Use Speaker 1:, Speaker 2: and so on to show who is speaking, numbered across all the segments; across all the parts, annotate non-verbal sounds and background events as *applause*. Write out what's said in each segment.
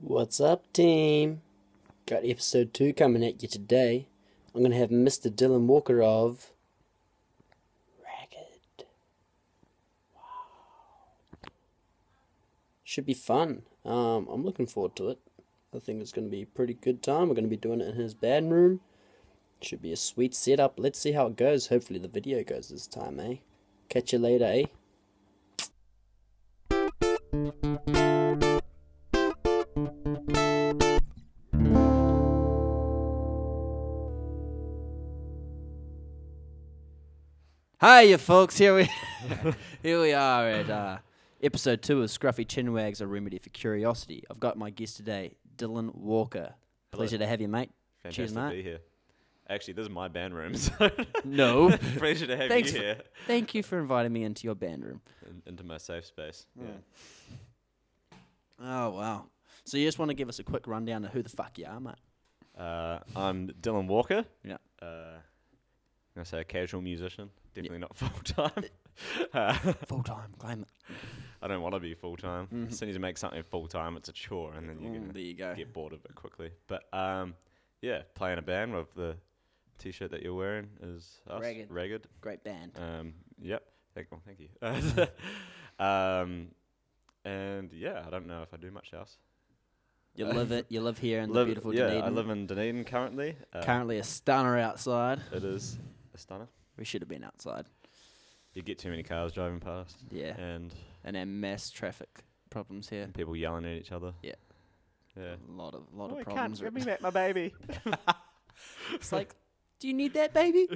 Speaker 1: What's up, team? Got episode two coming at you today. I'm gonna have Mr. Dylan Walker of Ragged. Wow. Should be fun. Um, I'm looking forward to it. I think it's gonna be a pretty good time. We're gonna be doing it in his bedroom. Should be a sweet setup. Let's see how it goes. Hopefully the video goes this time, eh? Catch you later, eh? Hi, you folks. Here
Speaker 2: *laughs*
Speaker 1: we *laughs* here we are at uh, episode two of Scruffy Chinwag's A Remedy for Curiosity. I've got my guest today, Dylan Walker. Pleasure to have you, mate.
Speaker 2: Fantastic
Speaker 1: Cheers,
Speaker 2: to
Speaker 1: mate.
Speaker 2: be here. Actually, this is my band room, *laughs* so *laughs*
Speaker 1: No,
Speaker 2: pleasure to have
Speaker 1: Thanks
Speaker 2: you
Speaker 1: for-
Speaker 2: here
Speaker 1: thank you for inviting me into your band room.
Speaker 2: in, into my safe space. Yeah.
Speaker 1: Oh wow. So you just want to give us a quick rundown of who the fuck you are, mate?
Speaker 2: Uh, I'm Dylan Walker.
Speaker 1: Yeah.
Speaker 2: Uh, I'm gonna say a casual musician, definitely not *laughs* full
Speaker 1: *laughs*
Speaker 2: time. uh,
Speaker 1: Full time, claim it.
Speaker 2: I don't want to be full time.
Speaker 1: Mm-hmm.
Speaker 2: As soon as you make something full time, it's a chore, and then you're
Speaker 1: Mm,
Speaker 2: gonna
Speaker 1: there you go.
Speaker 2: get bored of it quickly. But um, yeah, playing a band with the t-shirt that you're wearing is us,
Speaker 1: Ragged.
Speaker 2: ragged.
Speaker 1: Great band.
Speaker 2: Um, yep. Thank, well, thank you. *laughs* um, and yeah, I don't know if I do much else.
Speaker 1: You
Speaker 2: uh,
Speaker 1: live it. You live here in the beautiful
Speaker 2: yeah,
Speaker 1: Dunedin.
Speaker 2: I live in Dunedin currently. Uh,
Speaker 1: Currently a stunner outside.
Speaker 2: it is a stunner.
Speaker 1: We should have been outside.
Speaker 2: You get too many cars driving past,
Speaker 1: Yeah.
Speaker 2: and
Speaker 1: And then mass traffic problems here.
Speaker 2: people yelling at each other.
Speaker 1: Yeah.
Speaker 2: Yeah.
Speaker 1: A lot of
Speaker 2: Oh,
Speaker 1: lot of problems. right-
Speaker 2: back my baby.
Speaker 1: It's like, do you need that, baby?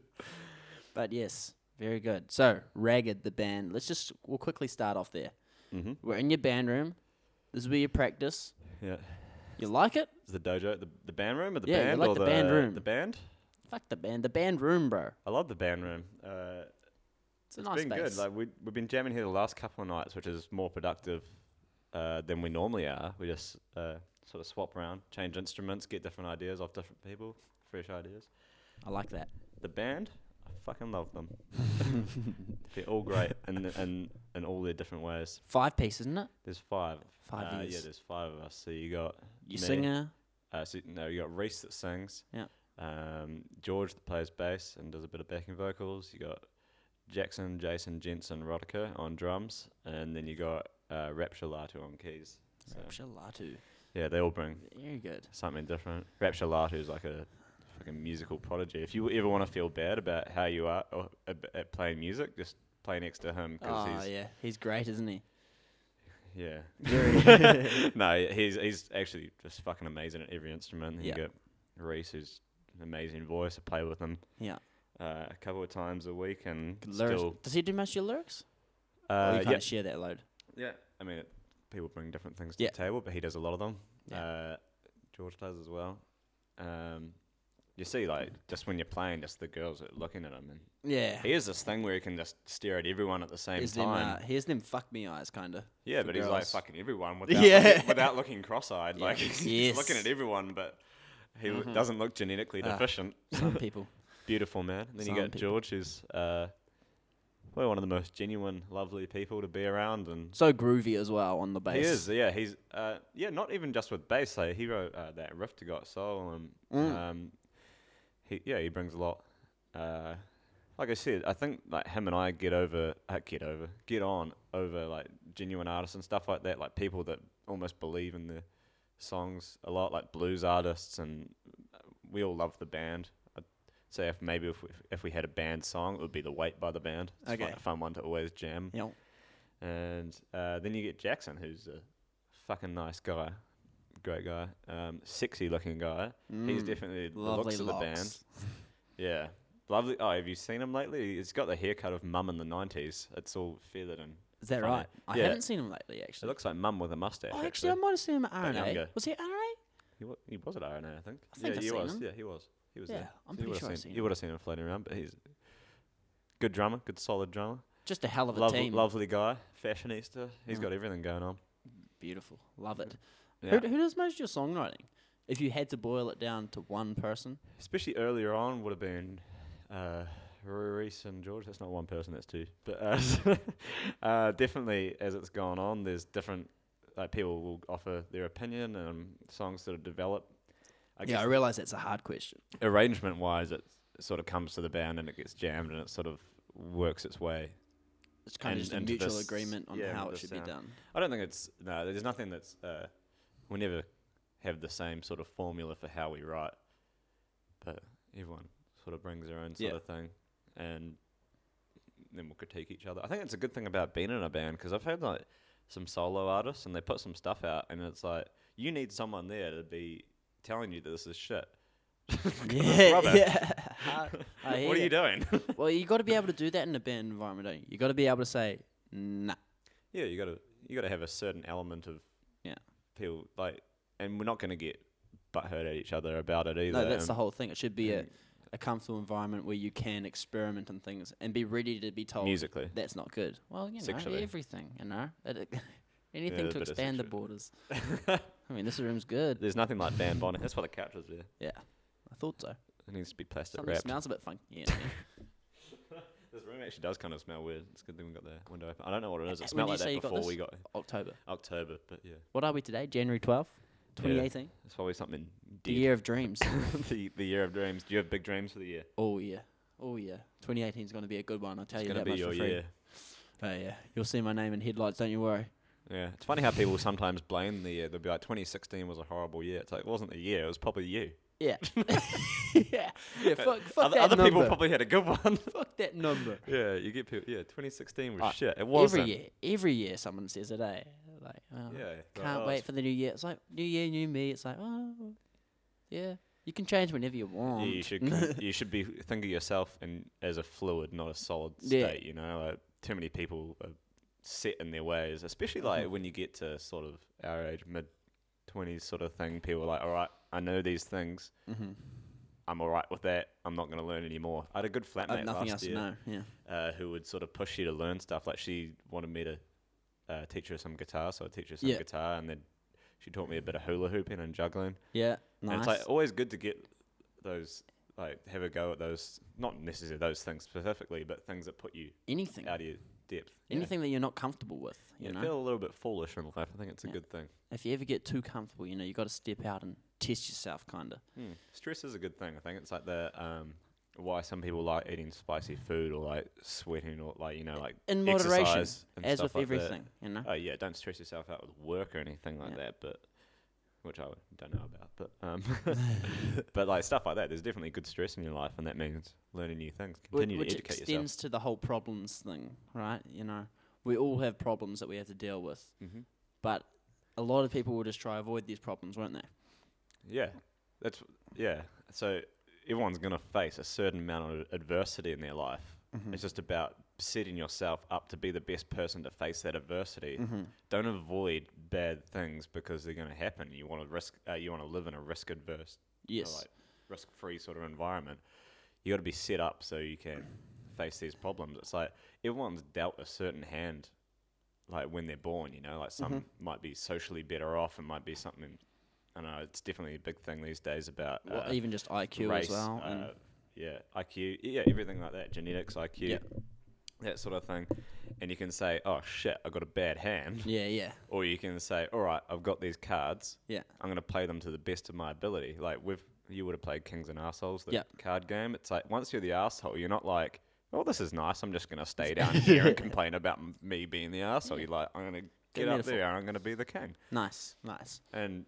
Speaker 1: *laughs* but yes, very good. So, Ragged, the band. Let's just, we'll quickly start off there.
Speaker 2: mm-hmm.
Speaker 1: We're in your band room. This is where you practice.
Speaker 2: Yeah.
Speaker 1: You like it?
Speaker 2: Is the dojo the, the band room or the
Speaker 1: Yeah, you
Speaker 2: band?
Speaker 1: like
Speaker 2: or
Speaker 1: the band room.
Speaker 2: The band.
Speaker 1: Fuck the band. The band room, bro.
Speaker 2: I love the band room. Uh,
Speaker 1: It's a nice
Speaker 2: been
Speaker 1: space.
Speaker 2: good. Like we we've been jamming here the last couple of nights, which is more productive uh, than we normally are. We just uh, sort of swap around, change instruments, get different ideas off different people, fresh ideas.
Speaker 1: I like that.
Speaker 2: The band, I fucking love
Speaker 1: *laughs*
Speaker 2: them. They're all great in the- in in all their different ways.
Speaker 1: Five piece, isn't it?
Speaker 2: There's five.
Speaker 1: Five
Speaker 2: uh, Yeah,
Speaker 1: years.
Speaker 2: there's five of us. So you got
Speaker 1: You
Speaker 2: me,
Speaker 1: singer.
Speaker 2: Uh, so, no, you got Reese that sings.
Speaker 1: Yeah.
Speaker 2: Um, George that plays bass and does a bit of backing vocals. You got Jackson, Jason, Jensen, Rodica on drums, and then you got uh, Rapture Latu on keys. So,
Speaker 1: Shalatu.
Speaker 2: yeah, they all bring
Speaker 1: Very good.
Speaker 2: something different. Rapture Latu is like a fucking musical prodigy. If you ever want to feel bad about how you are or, ab- at playing music, just play next to him because
Speaker 1: Oh,
Speaker 2: he's
Speaker 1: yeah. He's great, isn't he?
Speaker 2: yeah.
Speaker 1: Very. *laughs*
Speaker 2: *laughs* no, he's he's actually just fucking amazing at every instrument. You
Speaker 1: Yeah.
Speaker 2: got Reese, who's an amazing voice. I play with him
Speaker 1: yeah.
Speaker 2: uh, a couple of times a week, and
Speaker 1: Good lyrics.
Speaker 2: still,
Speaker 1: Does he do most of your lyrics? oh, you
Speaker 2: uh,
Speaker 1: can't
Speaker 2: yeah,
Speaker 1: share that load.
Speaker 2: yeah. I mean, it, people bring different things
Speaker 1: Yeah.
Speaker 2: to the table, but he does a lot of them.
Speaker 1: Yeah.
Speaker 2: Uh, George does as well. Um, you see, like just when you're playing, just the girls are looking at him, and
Speaker 1: Yeah.
Speaker 2: he has this thing where he can just stare at everyone at the same
Speaker 1: Here's them, uh,
Speaker 2: time.
Speaker 1: here's them fuck me eyes, kind
Speaker 2: *laughs*
Speaker 1: of.
Speaker 2: Yeah,
Speaker 1: for
Speaker 2: but he's like
Speaker 1: girls.
Speaker 2: fucking *laughs* everyone without
Speaker 1: Yeah.
Speaker 2: looking, without looking cross-eyed.
Speaker 1: Yeah.
Speaker 2: Like *laughs* he's
Speaker 1: Yes.
Speaker 2: looking at everyone, but he lo- doesn't look genetically
Speaker 1: Ah.
Speaker 2: deficient.
Speaker 1: Some people.
Speaker 2: Mm-hmm. Beautiful man. And then you
Speaker 1: Some
Speaker 2: got
Speaker 1: people.
Speaker 2: George, who's uh, probably one of the most genuine, lovely people to be around, and
Speaker 1: So groovy as well on the bass.
Speaker 2: he is. Yeah, he's uh, yeah, not even just with bass. Like, he wrote uh, that riff to Got Soul, and
Speaker 1: Mm.
Speaker 2: um, he yeah, he brings a lot. Uh, like I said, I think like him and I get over, uh, get over, get on over like genuine artists and stuff like that, like people that almost believe in the songs a lot, like blues artists, and we all love the band. I'd say if maybe if we, if we had a band song, it would be "The Weight" by the band. It's
Speaker 1: Okay.
Speaker 2: fun, a fun one to always jam.
Speaker 1: You know,
Speaker 2: And uh, then you get Jackson, who's a fucking nice guy, great guy, um, sexy looking guy. He's
Speaker 1: Mm.
Speaker 2: definitely the
Speaker 1: lovely
Speaker 2: looks of the band.
Speaker 1: locks.
Speaker 2: Yeah, lovely. Oh, have you seen him lately? He's got the haircut of Mum in the '90s. It's all feathered and.
Speaker 1: Is that
Speaker 2: Funny.
Speaker 1: right? I
Speaker 2: Yeah.
Speaker 1: haven't seen him lately,
Speaker 2: It
Speaker 1: actually.
Speaker 2: looks like Mum with a mustache.
Speaker 1: Oh, actually,
Speaker 2: actually,
Speaker 1: I might have seen him at RNA.
Speaker 2: younger.
Speaker 1: Was he at RNA?
Speaker 2: he, wa- he was at RNA, I think.
Speaker 1: I think
Speaker 2: yeah,
Speaker 1: I've
Speaker 2: he
Speaker 1: seen
Speaker 2: was.
Speaker 1: him.
Speaker 2: Yeah, he was. He was
Speaker 1: Yeah,
Speaker 2: there.
Speaker 1: I'm
Speaker 2: You
Speaker 1: pretty
Speaker 2: would've
Speaker 1: sure I've
Speaker 2: seen-
Speaker 1: seen
Speaker 2: You
Speaker 1: him.
Speaker 2: would have seen him floating around, but he's good drummer, good solid drummer,
Speaker 1: Just a hell of a
Speaker 2: Lov-
Speaker 1: team.
Speaker 2: lovely guy, fashionista. He's
Speaker 1: Mm.
Speaker 2: got everything going on.
Speaker 1: Beautiful. Love it.
Speaker 2: Yeah.
Speaker 1: Who, who does most of your songwriting? If you had to boil it down to one person,
Speaker 2: especially earlier on would have been uh, Reese and George. That's not one *laughs* person, that's two. But uh, uh, definitely, as it's gone on, there's different like people will offer their opinion and songs that are developed. I
Speaker 1: yeah, I realize that's a hard question.
Speaker 2: arrangement wise, it sort of comes to the band and it gets jammed and it sort of works its way.
Speaker 1: It's kind
Speaker 2: And-
Speaker 1: of just a
Speaker 2: and to
Speaker 1: mutual
Speaker 2: this-
Speaker 1: agreement on
Speaker 2: yeah,
Speaker 1: how it
Speaker 2: with the
Speaker 1: should
Speaker 2: sound.
Speaker 1: be
Speaker 2: *laughs*
Speaker 1: done.
Speaker 2: I don't think it's no. There's nothing that's uh, we never have the same sort of formula for how we write, but everyone sort of brings their own sort
Speaker 1: Yeah.
Speaker 2: of thing, and then we'll critique each other. I think it's a good thing about being in a band because I've had like some solo artists and they put some stuff out, and it's like you need someone there to be telling you that this is shit. *laughs* 'Cause it's rubbish.
Speaker 1: *laughs*
Speaker 2: *laughs*
Speaker 1: I, I hear
Speaker 2: what are
Speaker 1: ya.
Speaker 2: you doing?
Speaker 1: Well, you got to be able to do that in a band environment, don't you? You got to be able to say, nah.
Speaker 2: Yeah, you gotta you gotta have a certain element of
Speaker 1: Yeah.
Speaker 2: people like, and we're not gonna get butthurt at each other about it either. um,
Speaker 1: No, that's the
Speaker 2: and-
Speaker 1: whole thing. It should be a,
Speaker 2: and
Speaker 1: a comfortable environment where you can experiment on things and be ready to be told
Speaker 2: musically.
Speaker 1: that's not good. Well, you know,
Speaker 2: Sexually.
Speaker 1: everything, you know, It- *laughs* it- anything
Speaker 2: a
Speaker 1: to
Speaker 2: bit of
Speaker 1: expand the
Speaker 2: sexual- *laughs*
Speaker 1: borders. I mean, this room's good.
Speaker 2: There's nothing like Van Bonnet. That's why the couch is there.
Speaker 1: Yeah, I thought so.
Speaker 2: It needs to be plastic
Speaker 1: Something
Speaker 2: wrapped.
Speaker 1: smells a bit funky. Yeah, I mean,
Speaker 2: This room actually does kind of smell weird. It's a good thing we got the window open. I don't know what it is.
Speaker 1: When
Speaker 2: It smelled
Speaker 1: you
Speaker 2: like
Speaker 1: say
Speaker 2: that
Speaker 1: you got
Speaker 2: before
Speaker 1: this?
Speaker 2: we got
Speaker 1: October.
Speaker 2: *laughs* October, but yeah,
Speaker 1: What are we today? January twelfth, twenty eighteen.
Speaker 2: it's probably something.
Speaker 1: The
Speaker 2: Deep.
Speaker 1: year of
Speaker 2: *laughs*
Speaker 1: dreams.
Speaker 2: the the year of dreams. Do you have big dreams for the year?
Speaker 1: oh yeah, oh yeah. Twenty eighteen is going to be a good one. I'll tell
Speaker 2: It's
Speaker 1: you
Speaker 2: gonna
Speaker 1: that much
Speaker 2: be your
Speaker 1: for free.
Speaker 2: year.
Speaker 1: Oh yeah, you'll see my name in headlights. Don't you worry.
Speaker 2: Yeah, it's funny how people sometimes blame the year. They'll be like, "2016 was a horrible year." It's like it wasn't the year; it was probably you. *laughs*
Speaker 1: Yeah. *laughs* yeah. Yeah. Fuck. Fuck
Speaker 2: other
Speaker 1: that
Speaker 2: other
Speaker 1: number.
Speaker 2: people probably had a good *laughs* one.
Speaker 1: fuck that number.
Speaker 2: yeah, you get people. Yeah, 2016 was
Speaker 1: Uh,
Speaker 2: shit. It wasn't.
Speaker 1: Every year, every year, someone says it. Eh? Like, oh,
Speaker 2: Yeah. it's like,
Speaker 1: can't
Speaker 2: oh,
Speaker 1: wait
Speaker 2: it's-
Speaker 1: for the new year. It's like new year, new me. It's like, oh, yeah. You can change whenever you
Speaker 2: oh, Yeah,
Speaker 1: want. *laughs*
Speaker 2: you should con- you should be think of yourself in as a fluid, not a solid
Speaker 1: Yeah.
Speaker 2: state. You know, like too many people are set in their ways, especially like
Speaker 1: Mm-hmm.
Speaker 2: when you get to sort of our age, mid twenties sort of thing. People are like, all right, I know these things.
Speaker 1: mm-hmm.
Speaker 2: I'm all right with that. I'm not going to learn anymore. I had a good flatmate
Speaker 1: I have nothing
Speaker 2: last
Speaker 1: else
Speaker 2: year.
Speaker 1: to know. Yeah.
Speaker 2: uh, who would sort of push you to learn stuff. Like she wanted me to uh, teach her some guitar, so I teach her some
Speaker 1: Yeah.
Speaker 2: guitar, and then she taught me a bit of hula hooping and juggling.
Speaker 1: Yeah.
Speaker 2: And
Speaker 1: Nice.
Speaker 2: it's like always good to get those, like have a go at those, not necessarily those things specifically, but things that put you
Speaker 1: anything.
Speaker 2: out of your depth. you know?
Speaker 1: Anything that you're not comfortable with. You
Speaker 2: Yeah,
Speaker 1: know.
Speaker 2: feel a little bit foolish in life. I think it's a
Speaker 1: Yeah.
Speaker 2: good thing.
Speaker 1: if you ever get too comfortable, you know, you got to step out and test yourself, kinda.
Speaker 2: Hmm. Stress is a good thing. I think it's like the um, why some people like eating spicy food or like sweating or like you know like
Speaker 1: In moderation,
Speaker 2: exercise and
Speaker 1: as
Speaker 2: stuff
Speaker 1: with
Speaker 2: like that.
Speaker 1: everything. You know.
Speaker 2: Oh yeah, don't stress yourself out with work or anything like
Speaker 1: Yeah.
Speaker 2: that. But which I don't know about, but um, *laughs* but like stuff like that. There's definitely good stress in your life, and that means learning new things.
Speaker 1: Wh-
Speaker 2: Continue
Speaker 1: which
Speaker 2: to educate
Speaker 1: extends to the whole problems thing, right? You know, we all have problems that we have to deal with,
Speaker 2: yourself. hmm
Speaker 1: but a lot of people will just try avoid these problems, won't they?
Speaker 2: Yeah, that's yeah. So everyone's gonna face a certain amount of adversity in their life.
Speaker 1: Mm.
Speaker 2: It's just about setting yourself up to be the best person to face that adversity.
Speaker 1: Mm-hmm.
Speaker 2: Don't avoid bad things because they're gonna happen. You want to risk. Uh, you want to live in a risk adverse you know,
Speaker 1: Yes.
Speaker 2: like risk free sort of environment, you got to be set up so you can face these problems. It's like everyone's dealt a certain hand, like when they're born, you know, like some
Speaker 1: Mm-hmm.
Speaker 2: might be socially better off and might be something. I don't know it's definitely a big thing these days about
Speaker 1: Well,
Speaker 2: uh,
Speaker 1: even just IQ
Speaker 2: race,
Speaker 1: as well. and
Speaker 2: uh, yeah, IQ, yeah, everything like that, genetics, IQ,
Speaker 1: Yeah.
Speaker 2: that sort of thing. And you can say, "Oh shit, I got a bad hand,"
Speaker 1: yeah, yeah,
Speaker 2: or you can say, "All right, I've got these cards.
Speaker 1: yeah.
Speaker 2: I'm gonna play them to the best of my ability. Like with you would have played Kings and Assholes, the
Speaker 1: Yep.
Speaker 2: card game. It's like once you're the asshole, you're not like, oh, this is nice. I'm just gonna
Speaker 1: *laughs*
Speaker 2: stay down here and complain about m- me being the asshole. You're like, I'm gonna get up
Speaker 1: metaphor.
Speaker 2: there and I'm gonna be the king.
Speaker 1: Nice, nice.
Speaker 2: And,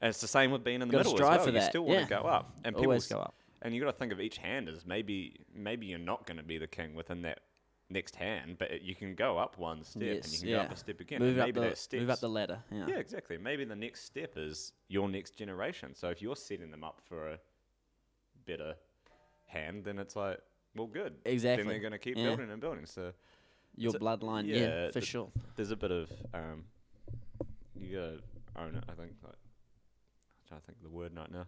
Speaker 2: and it's the same with being in the
Speaker 1: Gotta
Speaker 2: middle as
Speaker 1: strive
Speaker 2: well.
Speaker 1: for
Speaker 2: You
Speaker 1: that,
Speaker 2: still want to
Speaker 1: yeah.
Speaker 2: go up, and people
Speaker 1: Always
Speaker 2: s-
Speaker 1: go up.
Speaker 2: And you got to think of each hand as maybe maybe you're not gonna be the king within that next hand, but it, you can go up one step and you
Speaker 1: Yes,
Speaker 2: can go up
Speaker 1: yeah.
Speaker 2: a step again.
Speaker 1: move
Speaker 2: and
Speaker 1: up
Speaker 2: maybe
Speaker 1: the
Speaker 2: that step
Speaker 1: move up the ladder. Yeah.
Speaker 2: yeah, exactly. Maybe the next step is your next generation. So if you're setting them up for a better hand, then it's like, well, good.
Speaker 1: Exactly.
Speaker 2: Then they're going to keep
Speaker 1: Yeah.
Speaker 2: building and building. So
Speaker 1: Your
Speaker 2: So-
Speaker 1: bloodline. Yeah,
Speaker 2: yeah,
Speaker 1: for
Speaker 2: the-
Speaker 1: sure.
Speaker 2: there's a bit of um, you got to own it. I think. Like, I'm trying to think of the word right now.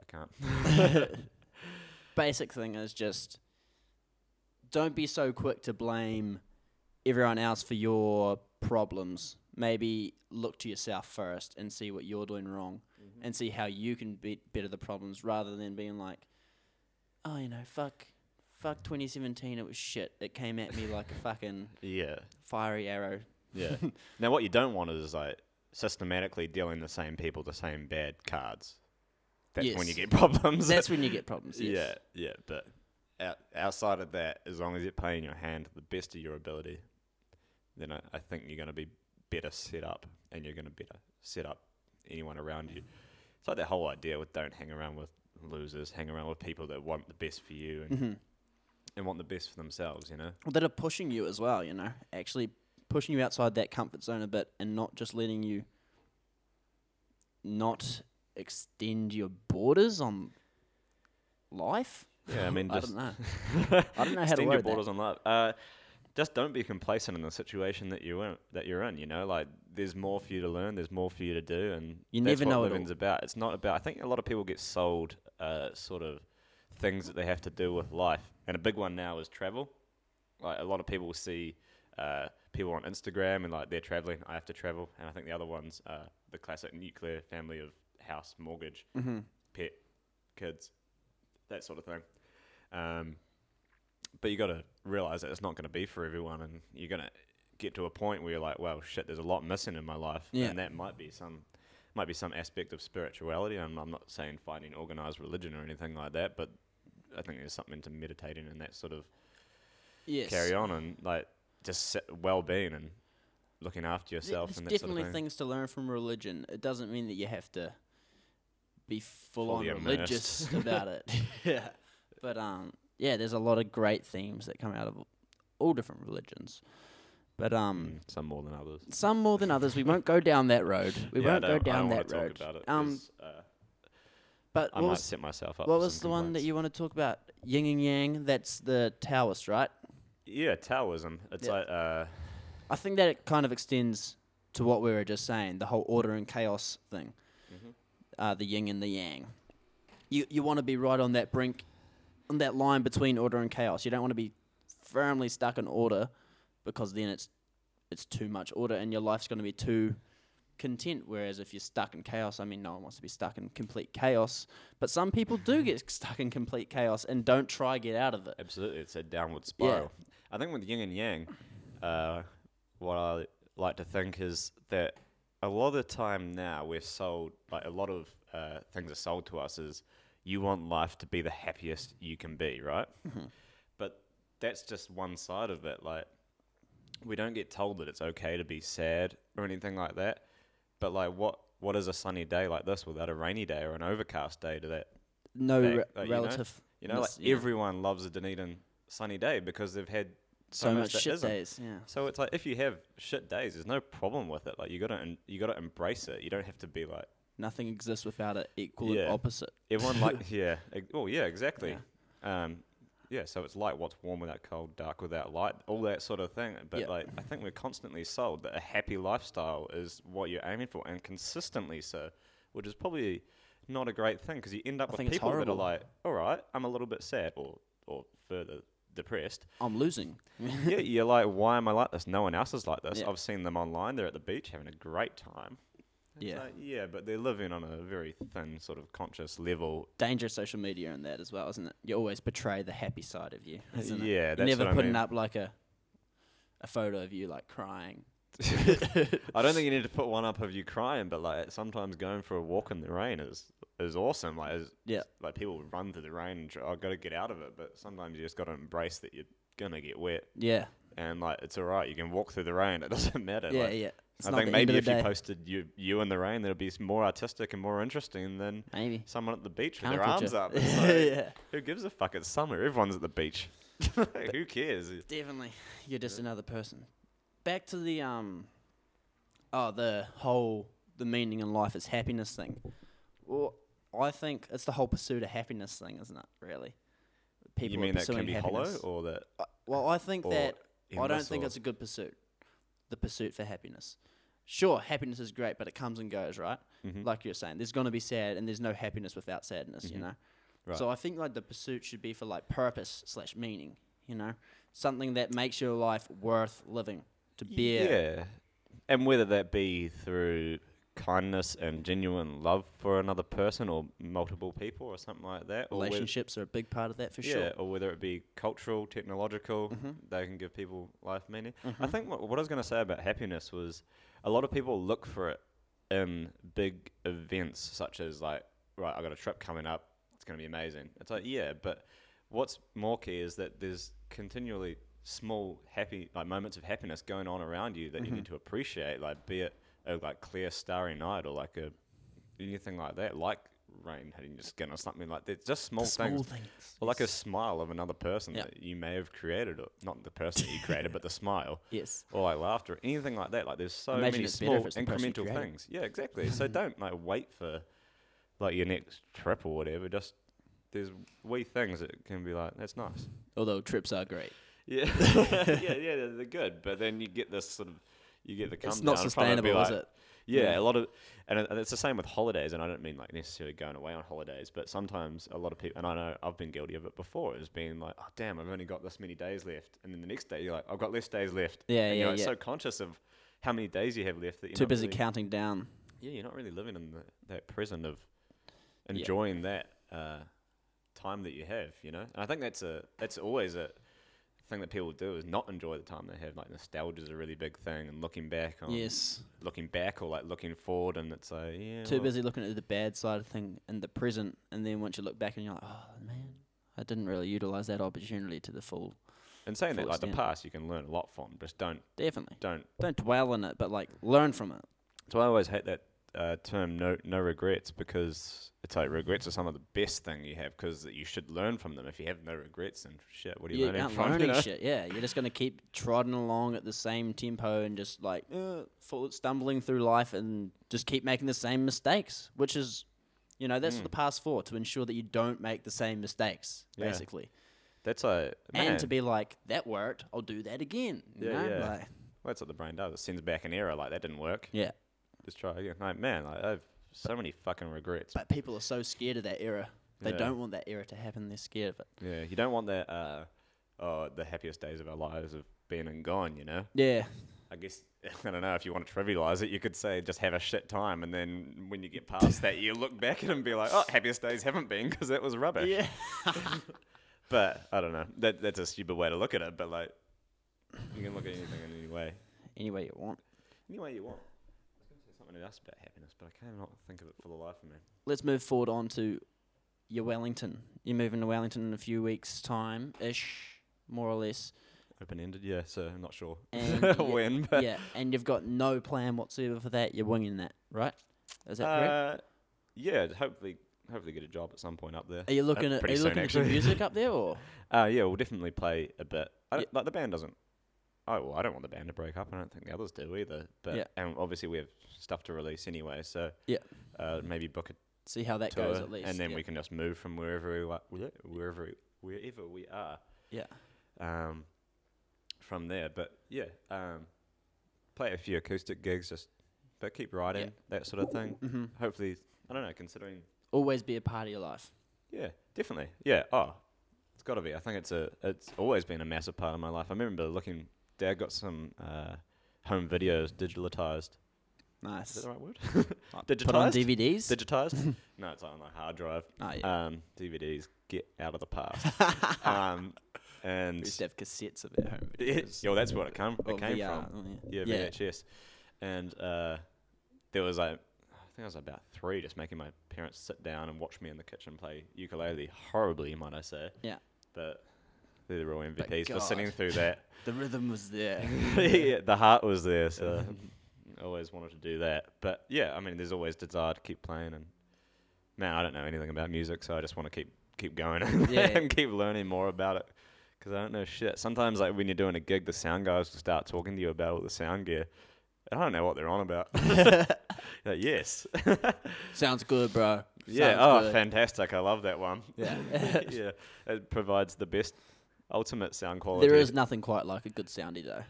Speaker 2: I can't. *laughs*
Speaker 1: *laughs* Basic thing is just don't be so quick to blame everyone else for your problems. Maybe look to yourself first and see what you're doing wrong
Speaker 2: Mm-hmm.
Speaker 1: and see how you can beat better the problems rather than being like, oh, you know, fuck, fuck 2017, it was shit. It came at me like a fucking
Speaker 2: yeah. *laughs*
Speaker 1: fiery arrow. *laughs*
Speaker 2: Yeah. now, what you don't want is like systematically dealing the same people the same bad cards. That's when you
Speaker 1: Yes.
Speaker 2: get *laughs* problems.
Speaker 1: That's when you get problems. Yes.
Speaker 2: yeah, yeah. But out, outside of that, as long as you're playing your hand to the best of your ability, then I, I think you're going to be better set up, and you're going to better set up anyone around you. It's like that whole idea with don't hang around with losers, hang around with people that want the best for you and and want the best for themselves. You know.
Speaker 1: that are pushing you as well, you know, actually pushing you outside that comfort zone a bit and not just letting you not extend your borders on life.
Speaker 2: Yeah, I mean,
Speaker 1: I
Speaker 2: just
Speaker 1: don't know.
Speaker 2: *laughs*
Speaker 1: I don't know how to
Speaker 2: Extend your
Speaker 1: word that.
Speaker 2: borders on life. Uh, just don't be complacent in the situation that you in, that you're in. You know, like there's more for you to learn. There's more for you to do, and
Speaker 1: You
Speaker 2: that's
Speaker 1: never
Speaker 2: what
Speaker 1: know it
Speaker 2: living's about. It's not about. I think a lot of people get sold uh, sort of things that they have to do with life, and a big one now is travel. Like a lot of people see uh, people on Instagram and like they're traveling. I have to travel, and I think the other ones are the classic nuclear family of house, mortgage,
Speaker 1: Mm-hmm.
Speaker 2: pet, kids, that sort of thing. Um, but you got to realize that it's not going to be for everyone, and you're going to get to a point where you're like, "Well, shit, there's a lot missing in my life,"
Speaker 1: Yeah.
Speaker 2: and that might be some, might be some aspect of spirituality. I'm, I'm not saying finding organized religion or anything like that, but I think there's something to meditating and that sort of
Speaker 1: Yes.
Speaker 2: carry on and like just se- well-being and looking after yourself
Speaker 1: There's
Speaker 2: and that
Speaker 1: definitely
Speaker 2: sort of thing.
Speaker 1: things to learn from religion. It doesn't mean that you have to be full
Speaker 2: Fully
Speaker 1: on
Speaker 2: *laughs*
Speaker 1: religious about it. yeah. But um yeah, there's a lot of great themes that come out of all different religions. But um
Speaker 2: Mm, some more than others.
Speaker 1: some more than others. We won't go down that road. We
Speaker 2: Yeah, I
Speaker 1: won't go
Speaker 2: don't- I
Speaker 1: down
Speaker 2: don't wanna
Speaker 1: that road.
Speaker 2: Talk about it
Speaker 1: um,
Speaker 2: 'cause, uh,
Speaker 1: but
Speaker 2: I
Speaker 1: what
Speaker 2: might
Speaker 1: was,
Speaker 2: set myself up.
Speaker 1: what
Speaker 2: for
Speaker 1: was the
Speaker 2: some
Speaker 1: one that
Speaker 2: complaints.
Speaker 1: you want to talk about? Yin and Yang. That's the Taoist, right?
Speaker 2: Yeah, Taoism. It's
Speaker 1: Yeah.
Speaker 2: like uh,
Speaker 1: I think that it kind of extends to what we were just saying, the whole order and chaos thing,
Speaker 2: Mm-hmm.
Speaker 1: uh, the yin and the yang. You you want to be right on that brink, on that line between order and chaos. You don't want to be firmly stuck in order, because then it's it's too much order and your life's going to be too content. Whereas if you're stuck in chaos, I mean, no one wants to be stuck in complete chaos. But some people do get *laughs* stuck in complete chaos and don't try get out of it.
Speaker 2: Absolutely, it's a downward spiral. I think with yin and yang, uh, what I like to think is that a lot of the time now we're sold, like a lot of uh, things are sold to us is you want life to be the happiest you can be, right?
Speaker 1: Mm-hmm.
Speaker 2: But that's just one side of it. Like we don't get told that it's okay to be sad or anything like that. But like what what is a sunny day like this without a rainy day or an overcast day to that
Speaker 1: No
Speaker 2: fact,
Speaker 1: re-
Speaker 2: like, you know?
Speaker 1: relative.
Speaker 2: You know, like everyone loves a Dunedin sunny day because they've had so,
Speaker 1: so much
Speaker 2: that
Speaker 1: shit
Speaker 2: isn't.
Speaker 1: days. Yeah.
Speaker 2: So it's like if you have shit days, there's no problem with it. Like you gotta en- you gotta embrace it. You don't have to be like
Speaker 1: Nothing exists without an equal and
Speaker 2: Yeah.
Speaker 1: opposite. *laughs*
Speaker 2: everyone like yeah. ex- Oh yeah, exactly.
Speaker 1: Yeah.
Speaker 2: Yeah. Um, yeah. So it's like what's warm without cold, dark without light, all that sort of thing. But
Speaker 1: Yeah.
Speaker 2: like I think we're constantly sold that a happy lifestyle is what you're aiming for, and consistently so, which is probably not a great thing because you end up with
Speaker 1: think it's
Speaker 2: people that are
Speaker 1: horrible.
Speaker 2: like, all right, I'm a little bit sad or or further depressed
Speaker 1: *laughs* I'm losing.
Speaker 2: yeah, you're like, why am I like this? No one else is like this.
Speaker 1: Yeah.
Speaker 2: I've seen them online. They're at the beach having a great time. It's
Speaker 1: Yeah.
Speaker 2: like, yeah, but they're living on a very thin sort of conscious level.
Speaker 1: Danger of social media and that as well, isn't it? You always portray the happy side of
Speaker 2: *laughs*
Speaker 1: you, isn't it?
Speaker 2: Yeah,
Speaker 1: You're
Speaker 2: that's
Speaker 1: never
Speaker 2: what I
Speaker 1: putting
Speaker 2: mean.
Speaker 1: up like a a photo of you like crying.
Speaker 2: I don't think you need to put one up of you crying, but like sometimes going for a walk in the rain is is awesome. Like, is,
Speaker 1: Yeah.
Speaker 2: like people run through the rain. and try, I've got to get out of it, but sometimes you just got to embrace that you're gonna get wet,
Speaker 1: Yeah,
Speaker 2: and like it's all right. You can walk through the rain. *laughs* It doesn't matter.
Speaker 1: yeah,
Speaker 2: like,
Speaker 1: yeah. It's
Speaker 2: I
Speaker 1: not
Speaker 2: think
Speaker 1: the end
Speaker 2: maybe
Speaker 1: of
Speaker 2: if
Speaker 1: the
Speaker 2: you
Speaker 1: day.
Speaker 2: posted you you in the rain, that'd be s- more artistic and more interesting than
Speaker 1: maybe
Speaker 2: someone at the beach with their arms
Speaker 1: Counterculture. *laughs*
Speaker 2: up. It's like,
Speaker 1: yeah,
Speaker 2: Who gives a fuck? It's summer. Everyone's at the beach. *laughs* Who cares?
Speaker 1: definitely. You're just another person. Back to the um, oh the whole the meaning in life is happiness thing. Well, I think it's the whole pursuit of happiness thing, isn't it? Really, people
Speaker 2: you
Speaker 1: are
Speaker 2: mean that
Speaker 1: pursuing
Speaker 2: can be
Speaker 1: happiness.
Speaker 2: hollow or that?
Speaker 1: Uh, Well, I think
Speaker 2: or
Speaker 1: that I don't
Speaker 2: endless
Speaker 1: think
Speaker 2: or-
Speaker 1: it's a good pursuit. The pursuit for happiness. Sure, happiness is great, but it comes and goes, right?
Speaker 2: Mm-hmm.
Speaker 1: Like you're saying, there's gonna be sad, and there's no happiness without sadness, you know.
Speaker 2: Right.
Speaker 1: So I think like the pursuit should be for like purpose slash meaning, you know, something that makes your life worth living to bear.
Speaker 2: Yeah. And whether that be through kindness and genuine love for another person or multiple people or something like that. or whether-
Speaker 1: Relationships are a big part of that for
Speaker 2: yeah,
Speaker 1: sure. Mm-hmm.
Speaker 2: or whether it be cultural, technological, they can give people life meaning. I think what, what I was going to say about happiness was a lot of people look for it in big events, such as like, right, I got a trip coming up, it's going to be amazing. It's like, yeah, but what's more key is that there's continually small happy like moments of happiness going on around you that
Speaker 1: Mm-hmm.
Speaker 2: you need to appreciate, like be it a like clear starry night or like a anything like that, like rain hitting your skin or something like that. Just small,
Speaker 1: small
Speaker 2: things.
Speaker 1: things,
Speaker 2: Or like a smile of another person
Speaker 1: Yeah.
Speaker 2: that you may have created, or not the person
Speaker 1: *laughs*
Speaker 2: that you created, but the smile.
Speaker 1: Yes.
Speaker 2: Or like laughter, anything like that. Like there's so
Speaker 1: Imagine
Speaker 2: many
Speaker 1: it's better if
Speaker 2: small
Speaker 1: it's the person who
Speaker 2: incremental
Speaker 1: created it.
Speaker 2: things. Yeah,
Speaker 1: *laughs*
Speaker 2: exactly. so don't like wait for like your next trip or whatever. Just there's wee things that can be like that's nice.
Speaker 1: Although trips are great.
Speaker 2: *laughs*
Speaker 1: *laughs*
Speaker 2: Yeah, yeah, yeah. They're, they're good, but then you get this sort of you get the come
Speaker 1: It's not
Speaker 2: down from it and be
Speaker 1: sustainable, is
Speaker 2: like-
Speaker 1: it?
Speaker 2: Yeah, a lot of, and it- and it's the same with holidays. And I don't mean like necessarily going away on holidays, but sometimes a lot of people, and I know I've been guilty of it before, is being like, oh damn, I've only got this many days left, and then the next day you're like, I've got less days left.
Speaker 1: Yeah,
Speaker 2: and
Speaker 1: yeah,
Speaker 2: You're like
Speaker 1: yeah.
Speaker 2: so conscious of how many days you have left that you're
Speaker 1: Too
Speaker 2: not
Speaker 1: busy
Speaker 2: really-
Speaker 1: counting down.
Speaker 2: yeah, you're not really living in the, that present of enjoying that uh, time that you have, you know. And I think that's a that's always a thing that people do is not enjoy the time they have. Like nostalgia is a really big thing, and looking back on
Speaker 1: Yes.
Speaker 2: looking back or like looking forward, and it's like yeah,
Speaker 1: Too
Speaker 2: well,
Speaker 1: busy looking at the bad side of thing in the present, and then once you look back and you're like, oh man, I didn't really utilize that opportunity to the full.
Speaker 2: And saying that,
Speaker 1: full
Speaker 2: like the
Speaker 1: extent.
Speaker 2: past, you can learn a lot from. Just don't
Speaker 1: Definitely.
Speaker 2: don't.
Speaker 1: Don't dwell on it, but like learn from it.
Speaker 2: So I always hate that uh, term, no no regrets, because it's like regrets are some of the best thing you have because you should learn from them. If you have no regrets, then shit, what are you
Speaker 1: You
Speaker 2: learning
Speaker 1: can't
Speaker 2: from? *laughs*
Speaker 1: learn
Speaker 2: you
Speaker 1: any
Speaker 2: know?
Speaker 1: shit. Yeah, you're just gonna keep trotting along at the same tempo and just like uh, fall, stumbling through life and just keep making the same mistakes, which is, you know,
Speaker 2: Hmm.
Speaker 1: that's what the past for to ensure that you don't make the same mistakes,
Speaker 2: Yeah.
Speaker 1: basically,
Speaker 2: That's like man.
Speaker 1: and to be like that worked, I'll do that again. You
Speaker 2: Yeah,
Speaker 1: know?
Speaker 2: yeah.
Speaker 1: Like,
Speaker 2: Well, that's what the brain does. It sends back an error like that didn't work.
Speaker 1: yeah.
Speaker 2: Just try again. Like man, like, I have so many fucking regrets.
Speaker 1: But people are so scared of that error. They
Speaker 2: Yeah.
Speaker 1: don't want that error to happen. They're scared of it.
Speaker 2: yeah, you don't want that. Uh, oh, the happiest days of our lives have been and gone. You know.
Speaker 1: Yeah.
Speaker 2: I guess *laughs* I don't know if you want to trivialize it. You could say just have a shit time, and then when you get past that, you look back at it and be like, "Oh, happiest days haven't been because that was rubbish."
Speaker 1: Yeah.
Speaker 2: But I don't know. That that's a stupid way to look at it. But like, you can look at anything in any way,
Speaker 1: any way you want.
Speaker 2: any way you want. I was going to say something else about happiness, but I cannot think of it for the life of me.
Speaker 1: Let's move forward on to your Wellington. You're moving to Wellington in a few weeks' time ish, more or
Speaker 2: *laughs*
Speaker 1: less.
Speaker 2: Open ended, yeah. So I'm not sure *laughs*
Speaker 1: And yeah,
Speaker 2: when, but
Speaker 1: yeah, and you've got no plan whatsoever for that. You're winging that, right? Is that correct?
Speaker 2: uh, yeah. Hopefully, hopefully get a job at some point up there.
Speaker 1: Are you looking
Speaker 2: uh,
Speaker 1: at are
Speaker 2: pretty
Speaker 1: you
Speaker 2: soon,
Speaker 1: looking at your
Speaker 2: actually.
Speaker 1: music
Speaker 2: *laughs*
Speaker 1: up there or
Speaker 2: Uh, yeah, we'll definitely play a bit. I
Speaker 1: Yeah.
Speaker 2: don't, Like the band doesn't. Oh well, I don't want the band to break up. I don't think the others do either. But
Speaker 1: Yeah.
Speaker 2: and obviously we have stuff to release anyway, so
Speaker 1: Yeah.
Speaker 2: uh, maybe book a
Speaker 1: see how that
Speaker 2: tour,
Speaker 1: goes at least?
Speaker 2: and then
Speaker 1: yeah.
Speaker 2: we can just move from wherever we wa- wherever we- wherever we are
Speaker 1: yeah.
Speaker 2: um, from there. But yeah, um, play a few acoustic gigs, just but keep writing that sort of thing.
Speaker 1: hmm
Speaker 2: Hopefully, I don't know. Considering
Speaker 1: Always be a part of your life.
Speaker 2: yeah, definitely. Yeah. Oh, it's got to be. I think it's a. It's always been a massive part of my life. I remember looking. Dad got some uh, home videos digitalized. Is that
Speaker 1: Nice.
Speaker 2: the right word? *laughs*
Speaker 1: Like, Put on
Speaker 2: digitized?
Speaker 1: DVDs.
Speaker 2: digitized. no, it's on a hard drive.
Speaker 1: oh, yeah.
Speaker 2: Um, DVDs get out of the past. um,
Speaker 1: we
Speaker 2: and
Speaker 1: used to have cassettes of
Speaker 2: *laughs*
Speaker 1: our home videos.
Speaker 2: yo, that's where it come.
Speaker 1: Or
Speaker 2: It came
Speaker 1: VR,
Speaker 2: from.
Speaker 1: oh,
Speaker 2: Yeah,
Speaker 1: yeah.
Speaker 2: VHS. And uh, there was like, I think I was about three, just making my parents sit down and watch me in the kitchen play ukulele horribly, might I say.
Speaker 1: Yeah.
Speaker 2: But they're the real
Speaker 1: But
Speaker 2: MVPs for sitting
Speaker 1: God.
Speaker 2: through that.
Speaker 1: The rhythm was
Speaker 2: *laughs*
Speaker 1: there.
Speaker 2: yeah, the heart was there, so I always wanted to do that. But yeah, I mean, there's always desire to keep playing, and man, I don't know anything about music, so I just want to keep keep going *laughs*
Speaker 1: Yeah.
Speaker 2: and keep learning more about it because I don't know shit. Sometimes, like when you're doing a gig, the sound guys will start talking to you about all the sound gear. and I don't know what they're on about. *laughs* like, yes,
Speaker 1: Sounds good, bro. *laughs*
Speaker 2: yeah,
Speaker 1: Sounds
Speaker 2: oh,
Speaker 1: good.
Speaker 2: fantastic! I love that one.
Speaker 1: *laughs* Yeah.
Speaker 2: *laughs* yeah, it provides the best, ultimate sound quality.
Speaker 1: there is nothing quite like a good soundy though.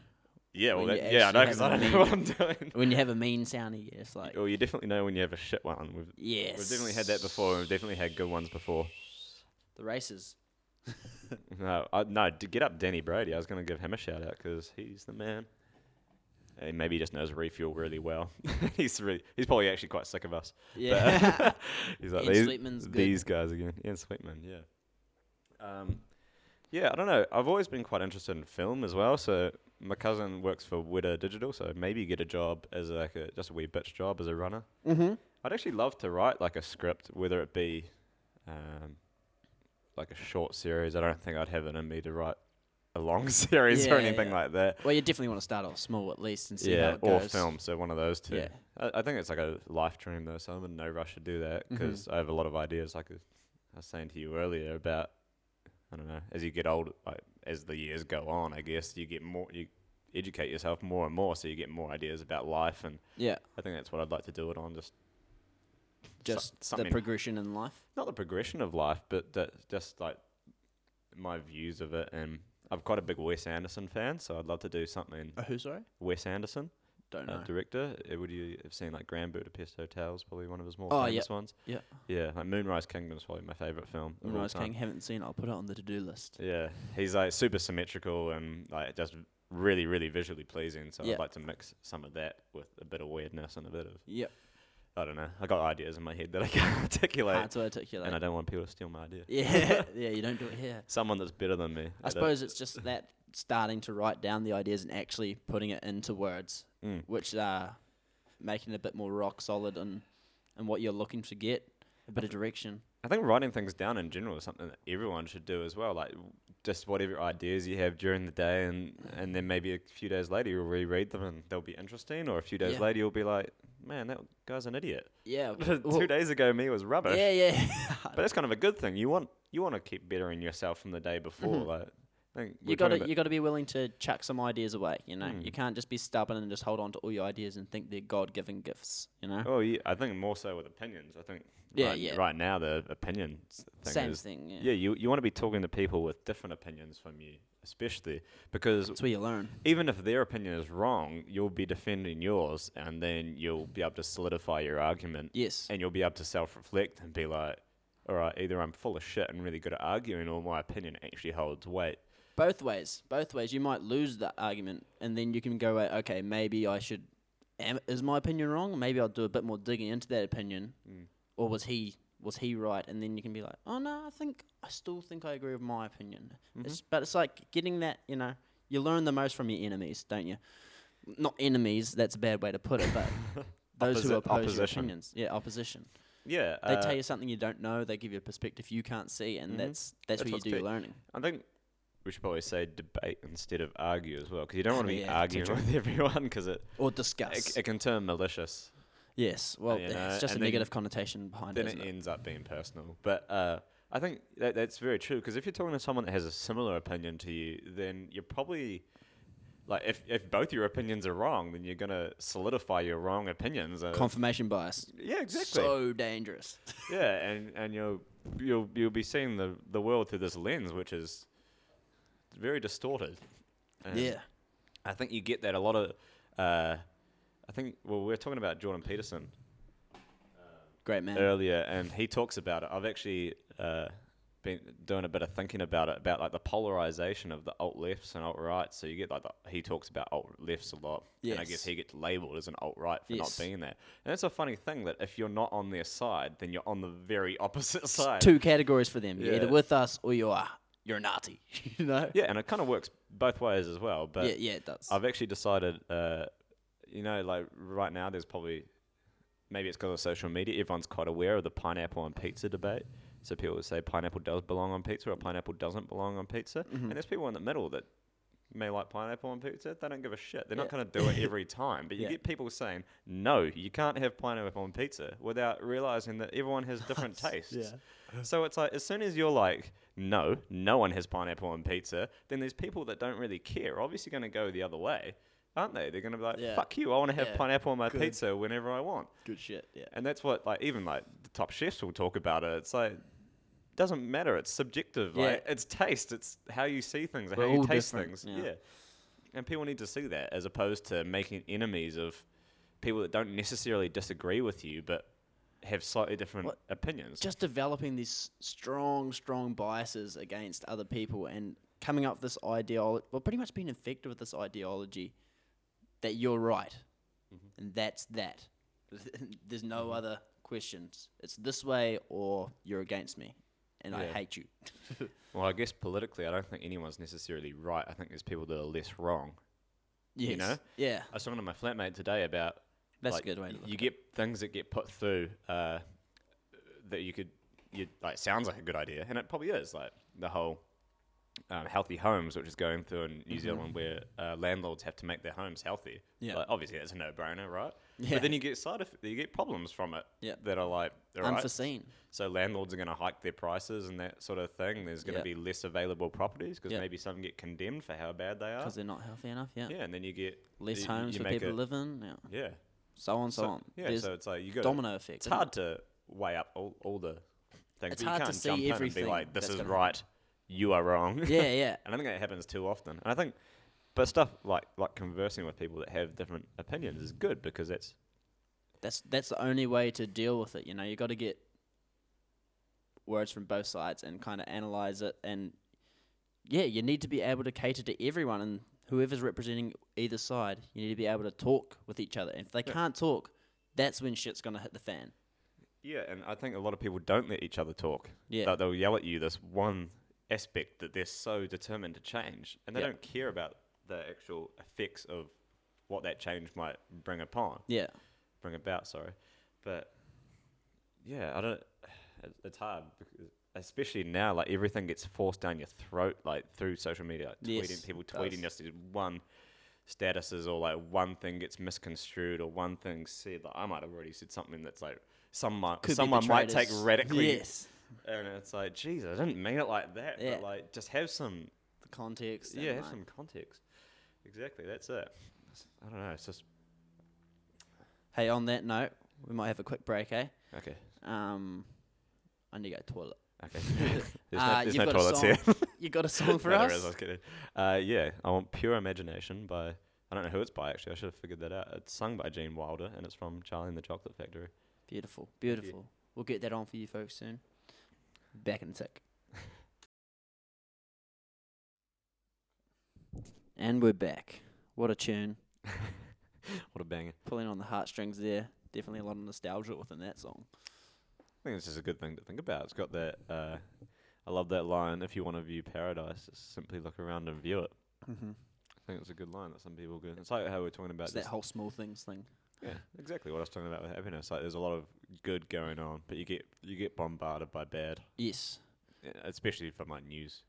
Speaker 2: yeah, well,
Speaker 1: when
Speaker 2: that,
Speaker 1: you
Speaker 2: yeah, I know
Speaker 1: actually
Speaker 2: 'cause
Speaker 1: have
Speaker 2: I
Speaker 1: a
Speaker 2: don't know what I'm doing.
Speaker 1: When you have a mean soundy, it's like
Speaker 2: Well, you definitely know when you have a shit one. We've,
Speaker 1: yes.
Speaker 2: Oh, we've definitely had that before. We've definitely had good ones before.
Speaker 1: The races.
Speaker 2: No, I, no, d- get up, Danny Brady. I was going to give him a shout out because he's the man. Uh, maybe he just knows refuel really well. *laughs* he's really, he's probably actually quite sick of us.
Speaker 1: Yeah.
Speaker 2: *laughs* But, he's like
Speaker 1: *laughs* Ian Sweetman's
Speaker 2: these,
Speaker 1: good."
Speaker 2: these guys again. Ian Sweetman, yeah. Um, yeah, I don't know. I've always been quite interested in film as well. So my cousin works for Widow Digital, so maybe get a job as like a just a wee bitch job as a runner.
Speaker 1: Mm-hmm.
Speaker 2: I'd actually love to write like a script, whether it be um, like a short series. I don't think I'd have it in me to write a long *laughs* series or
Speaker 1: Yeah,
Speaker 2: anything
Speaker 1: yeah.
Speaker 2: like that.
Speaker 1: Well, you definitely want to start off small at least and see how
Speaker 2: yeah,
Speaker 1: it
Speaker 2: or
Speaker 1: goes.
Speaker 2: film. So one of those two.
Speaker 1: Yeah.
Speaker 2: I, I think it's like a life dream though, so I'm in no rush to do that
Speaker 1: Mm-hmm.
Speaker 2: because I have a lot of ideas. Like I was saying to you earlier about, I don't know, as you get older, like, as the years go on, I guess you get more, you educate yourself more and more, so you get more ideas about life, and
Speaker 1: Yeah,
Speaker 2: I think that's what I'd like to do it on. Just
Speaker 1: just the
Speaker 2: something-
Speaker 1: progression in life.
Speaker 2: not the progression of life, but that just like my views of it. And I'm quite a big Wes Anderson fan, so I'd love to do something.
Speaker 1: Uh, who, sorry?
Speaker 2: Wes Anderson,
Speaker 1: Don't
Speaker 2: uh,
Speaker 1: know.
Speaker 2: director. Uh, Would you have seen like Grand Budapest Hotel is probably one of his more
Speaker 1: Oh,
Speaker 2: famous ones.
Speaker 1: Yeah.
Speaker 2: Yeah, like Moonrise Kingdom is probably my favorite film. of all
Speaker 1: Moonrise
Speaker 2: time.
Speaker 1: King, haven't seen. I'll put it on the to-do list.
Speaker 2: Yeah, he's like super symmetrical and like just really, really visually pleasing. So
Speaker 1: Yeah.
Speaker 2: I'd like to mix some of that with a bit of weirdness and a bit of
Speaker 1: Yep.
Speaker 2: I don't know. I got ideas in my head that I can't *laughs* articulate,
Speaker 1: Hard to articulate.
Speaker 2: and I don't want people to steal my idea.
Speaker 1: *laughs*
Speaker 2: *laughs*
Speaker 1: yeah, yeah. You don't do it here.
Speaker 2: Someone that's better than me.
Speaker 1: I
Speaker 2: at it.
Speaker 1: suppose it's just that starting to write down the ideas and actually putting it into words,
Speaker 2: Mm.
Speaker 1: which are making it a bit more rock solid and and what you're looking to get, a bit of direction.
Speaker 2: I think writing things down in general is something that everyone should do as well. Like w- just whatever ideas you have during the day, and and then maybe a few days later you'll reread them and they'll be interesting. Or a few days
Speaker 1: Yeah.
Speaker 2: later you'll be like, man, that guy's
Speaker 1: *laughs*
Speaker 2: an idiot.
Speaker 1: Yeah.
Speaker 2: *laughs* Two days ago me was rubbish.
Speaker 1: Yeah, yeah.
Speaker 2: *laughs* But that's kind of a good thing. You want you want to keep bettering yourself from the day before. Like I think
Speaker 1: *laughs* Mm-hmm. you
Speaker 2: we're talking
Speaker 1: got to
Speaker 2: about-
Speaker 1: you got to be willing to chuck some ideas away. You know, you
Speaker 2: Mm.
Speaker 1: can't just be stubborn and just hold on to all your ideas and think they're God given gifts. You know,
Speaker 2: Oh, yeah, I think more so with opinions. I think
Speaker 1: Yeah,
Speaker 2: right,
Speaker 1: yeah.
Speaker 2: right now the opinion thing
Speaker 1: same
Speaker 2: is
Speaker 1: thing. Yeah.
Speaker 2: yeah, you you want to be talking to people with different opinions from you, especially because
Speaker 1: That's where you learn.
Speaker 2: even if their opinion is wrong, you'll be defending yours, and then you'll be able to solidify your argument,
Speaker 1: Yes.
Speaker 2: and you'll be able to self-reflect and be like, all right, either I'm full of shit and really good at arguing, or my opinion actually holds weight.
Speaker 1: both ways. Both ways. You might lose that argument, and then you can go, "Wait, okay, maybe I should. Am, is my opinion wrong? Maybe I'll do a bit more digging into that opinion,
Speaker 2: Mm.
Speaker 1: or was he was he right? And then you can be like, oh no, I think I still think I agree with my opinion.
Speaker 2: Mm-hmm.
Speaker 1: It's, but it's like getting that, you know, you learn the most from your enemies, don't you? Not enemies. That's a bad way to put it, but.
Speaker 2: *laughs*
Speaker 1: Those who
Speaker 2: Opposi-
Speaker 1: oppose your
Speaker 2: opposition.
Speaker 1: opinions, yeah, opposition.
Speaker 2: Yeah,
Speaker 1: They
Speaker 2: uh, mm-hmm.
Speaker 1: tell you something you don't know. They give you a perspective you can't see, and that's that's,
Speaker 2: That's
Speaker 1: where you
Speaker 2: what's
Speaker 1: do your
Speaker 2: big.
Speaker 1: learning.
Speaker 2: I think we should probably say debate instead of argue as well, because you don't want to be
Speaker 1: Oh, Yeah,
Speaker 2: arguing
Speaker 1: teacher.
Speaker 2: with *laughs* everyone, because it,
Speaker 1: Or discuss.
Speaker 2: it it can turn malicious.
Speaker 1: Yes, well,
Speaker 2: you
Speaker 1: th-
Speaker 2: know,
Speaker 1: it's just a
Speaker 2: and then-
Speaker 1: negative connotation behind
Speaker 2: then
Speaker 1: it.
Speaker 2: it,
Speaker 1: Isn't it?
Speaker 2: ends up being personal. But uh, I think that, that's very true because if you're talking to someone that has a similar opinion to you, then you're probably like if, if both your opinions are wrong, then you're gonna solidify your wrong opinions. Uh,
Speaker 1: Confirmation bias.
Speaker 2: yeah, exactly.
Speaker 1: So dangerous. *laughs*
Speaker 2: Yeah, and and you'll you'll you'll be seeing the the world through this lens, which is very distorted. And
Speaker 1: yeah.
Speaker 2: I think you get that a lot of. Uh, I think well, we we're talking about Jordan Peterson
Speaker 1: Great man.
Speaker 2: earlier, and he talks about it. I've actually uh, been doing a bit of thinking about it, about like the polarization of the alt lefts and alt rights. So you get like the, he talks about alt lefts a lot, and I
Speaker 1: Yes.
Speaker 2: guess he gets labelled as an alt right for
Speaker 1: Yes.
Speaker 2: not being that. And it's a funny thing that if you're not on their side, then you're on the very opposite *laughs*
Speaker 1: It's
Speaker 2: side.
Speaker 1: Two categories for them. You're either
Speaker 2: Yeah.
Speaker 1: with us or you are. You're a Nazi. *laughs* you know?
Speaker 2: Yeah, and it kind of works both ways as well. But
Speaker 1: yeah, yeah, it does.
Speaker 2: I've actually decided, uh, you know, like right now, there's probably maybe it's because of social media. Everyone's quite aware of the pineapple on pizza debate. So people say pineapple does belong on pizza or pineapple doesn't belong on pizza.
Speaker 1: Mm-hmm.
Speaker 2: And there's people in the middle that may like pineapple on pizza. They don't give a shit. They're not
Speaker 1: Yeah.
Speaker 2: going to do it every time. But you
Speaker 1: Yeah.
Speaker 2: get people saying, no, you can't have pineapple on pizza without realizing that everyone has
Speaker 1: *laughs*
Speaker 2: different tastes. *laughs* So it's like as soon as you're like, no, no one has pineapple on pizza, then there's people that don't really care. are Obviously, going to go the other way, aren't they? They're going to be like,
Speaker 1: Yeah.
Speaker 2: fuck you, I want to have
Speaker 1: Yeah.
Speaker 2: pineapple on my
Speaker 1: Good.
Speaker 2: pizza whenever I want.
Speaker 1: Good shit, yeah.
Speaker 2: And that's what like even like the top chefs will talk about it. It's like doesn't matter. It's subjective. Like
Speaker 1: Yeah.
Speaker 2: it's taste. It's how you see things.
Speaker 1: We're
Speaker 2: how you
Speaker 1: all
Speaker 2: taste
Speaker 1: different,
Speaker 2: things.
Speaker 1: yeah.
Speaker 2: Yeah. And people need to see that as opposed to making enemies of people that don't necessarily disagree with you, but have slightly different
Speaker 1: What-
Speaker 2: opinions.
Speaker 1: Just developing these strong, strong biases against other people and coming up with this ideology, well, pretty much being infected with this ideology that you're right,
Speaker 2: Mm-hmm.
Speaker 1: and that's that. *laughs* There's no other questions. It's this way or you're against me, and I
Speaker 2: Yeah.
Speaker 1: hate you. *laughs*
Speaker 2: Well, I guess politically, I don't think anyone's necessarily right. I think there's people that are less wrong.
Speaker 1: Yes.
Speaker 2: know?
Speaker 1: Yeah.
Speaker 2: I was talking to my flatmate today about
Speaker 1: That's
Speaker 2: like,
Speaker 1: a good way to look.
Speaker 2: You get things that get put through uh, that you could, you like sounds like a good idea, and it probably is. Like the whole um, healthy homes, which is going through in New Zealand, where uh, landlords have to make their homes healthy.
Speaker 1: Mm-hmm. Yeah.
Speaker 2: Like, obviously that's a no-brainer, right?
Speaker 1: Yeah.
Speaker 2: But then you get side eff- you get problems from it
Speaker 1: Yeah.
Speaker 2: that are like all right,
Speaker 1: Unforeseen.
Speaker 2: So landlords are going to hike their prices and that sort of thing. There's going
Speaker 1: Yeah.
Speaker 2: to be less available properties because
Speaker 1: Yeah.
Speaker 2: maybe some get condemned for how bad they are.
Speaker 1: because they're not healthy enough. Yeah.
Speaker 2: Yeah, and then you get
Speaker 1: Less
Speaker 2: you- you-
Speaker 1: homes
Speaker 2: you
Speaker 1: for
Speaker 2: make
Speaker 1: people to
Speaker 2: it-
Speaker 1: live in. Yeah.
Speaker 2: Yeah,
Speaker 1: So on, so,
Speaker 2: so,
Speaker 1: on.
Speaker 2: yeah.
Speaker 1: There's
Speaker 2: so it's like you got
Speaker 1: domino effect.
Speaker 2: It's
Speaker 1: isn't it?
Speaker 2: hard to weigh up all, all the things.
Speaker 1: It's
Speaker 2: but you
Speaker 1: hard to
Speaker 2: can't
Speaker 1: see
Speaker 2: jump in
Speaker 1: everything
Speaker 2: and be like, "This
Speaker 1: that's
Speaker 2: is
Speaker 1: gonna
Speaker 2: right, you are wrong."
Speaker 1: Yeah, yeah.
Speaker 2: *laughs* and I think that happens too often. And I think, but stuff like like conversing with people that have different opinions is good because that's
Speaker 1: That's that's the only way to deal with it. You know, you got to get words from both sides and kind of analyze it. And yeah, you need to be able to cater to everyone and whoever's representing either side. You need to be able to talk with each other. And if they can't talk, that's when shit's gonna hit the fan.
Speaker 2: yeah. And I think a lot of people don't let each other talk.
Speaker 1: Yeah.
Speaker 2: Like, they'll yell at you this one aspect that they're so determined to change, and they
Speaker 1: Yeah.
Speaker 2: don't care about the actual effects of what that change might bring upon.
Speaker 1: Yeah,
Speaker 2: bring about. Sorry, but yeah, I don't. *sighs* it- It's hard, because, especially now. Like everything gets forced down your throat, like through social media, like, tweeting
Speaker 1: Yes,
Speaker 2: people
Speaker 1: it
Speaker 2: tweeting
Speaker 1: does.
Speaker 2: just this one statuses or like one thing gets misconstrued or one thing said. Like I might have already said something that's like someone
Speaker 1: Could be
Speaker 2: someone might take
Speaker 1: betrayed as-
Speaker 2: radically.
Speaker 1: Yes,
Speaker 2: And it's like, geez, I didn't mean it like that.
Speaker 1: Yeah.
Speaker 2: But like, just have some
Speaker 1: the context. and,
Speaker 2: yeah, have
Speaker 1: like-
Speaker 2: some context. Exactly, that's it. It's- I don't know. It's just
Speaker 1: Hey, on that note, we might have a quick break, eh?
Speaker 2: okay.
Speaker 1: Um, I need to go to the toilet. *laughs*
Speaker 2: Okay. there's *laughs* no,
Speaker 1: Uh,
Speaker 2: there's
Speaker 1: you've
Speaker 2: no
Speaker 1: got a
Speaker 2: toilets
Speaker 1: song-
Speaker 2: here. *laughs*
Speaker 1: You got a song for
Speaker 2: No, there
Speaker 1: us?
Speaker 2: is, I was kidding. Uh, yeah, I want Pure Imagination by I don't know who it's by actually. I should have figured that out. It's sung by Gene Wilder and it's from Charlie and the Chocolate Factory. *laughs*
Speaker 1: Beautiful,
Speaker 2: you.
Speaker 1: beautiful. We'll get that on for you folks soon. Back in a sec. and we're back. What a tune.
Speaker 2: What a banger!
Speaker 1: Pulling on the heartstrings there. Definitely a lot of nostalgia within that song.
Speaker 2: I think it's just a good thing to think about. It's got that. Uh, I love that line. If you want to view paradise, just simply look around and view it.
Speaker 1: Mm-hmm.
Speaker 2: I think it's a good line that some people get. It's like how we're talking about
Speaker 1: It's that
Speaker 2: just,
Speaker 1: whole small things thing.
Speaker 2: yeah, exactly what I was talking about with happiness. Like there's a lot of good going on, but you get you get bombarded by bad.
Speaker 1: Yes.
Speaker 2: Yeah, especially from like news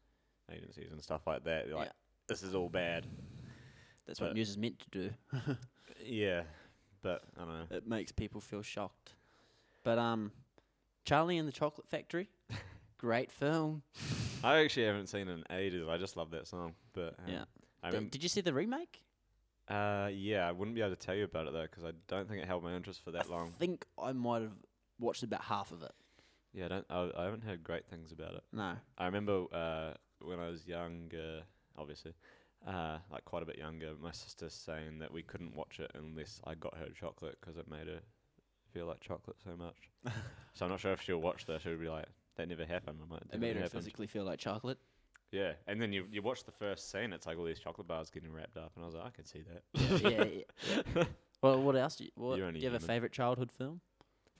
Speaker 2: agencies and stuff like that. Like
Speaker 1: Yeah.
Speaker 2: this is all bad.
Speaker 1: That's what
Speaker 2: But-
Speaker 1: news is meant to do.
Speaker 2: Yeah, but I don't know.
Speaker 1: *laughs* It makes people feel shocked. But um Charlie and the Chocolate
Speaker 2: *laughs*
Speaker 1: Factory. Great film.
Speaker 2: I actually haven't seen it in ages. I just love that song. But um,
Speaker 1: Yeah.
Speaker 2: I
Speaker 1: Did-
Speaker 2: mean,
Speaker 1: did you see the remake?
Speaker 2: uh, yeah, I wouldn't be able to tell you about it though because I don't think it held my interest for that
Speaker 1: I
Speaker 2: long.
Speaker 1: think I might have watched about half of it.
Speaker 2: Yeah, I don't. I, I haven't heard great things about it.
Speaker 1: No.
Speaker 2: I remember uh, when I was younger, obviously, uh, like quite a bit younger, my sister saying that we couldn't watch it unless I got her chocolate because it made her feel like chocolate so
Speaker 1: *laughs*
Speaker 2: much. so I'm not sure if she'll watch this. She'll be like, "That never happened." I'm like,
Speaker 1: It
Speaker 2: "That
Speaker 1: made
Speaker 2: never
Speaker 1: her
Speaker 2: happened."
Speaker 1: physically feel like chocolate.
Speaker 2: Yeah, and then you you watch the first scene. It's like all these chocolate bars getting wrapped up, and I was like, I can see that.
Speaker 1: yeah, yeah,
Speaker 2: *laughs*
Speaker 1: yeah. Well, what else do you, what, do
Speaker 2: You're
Speaker 1: you have
Speaker 2: only
Speaker 1: a
Speaker 2: human.
Speaker 1: favourite childhood film?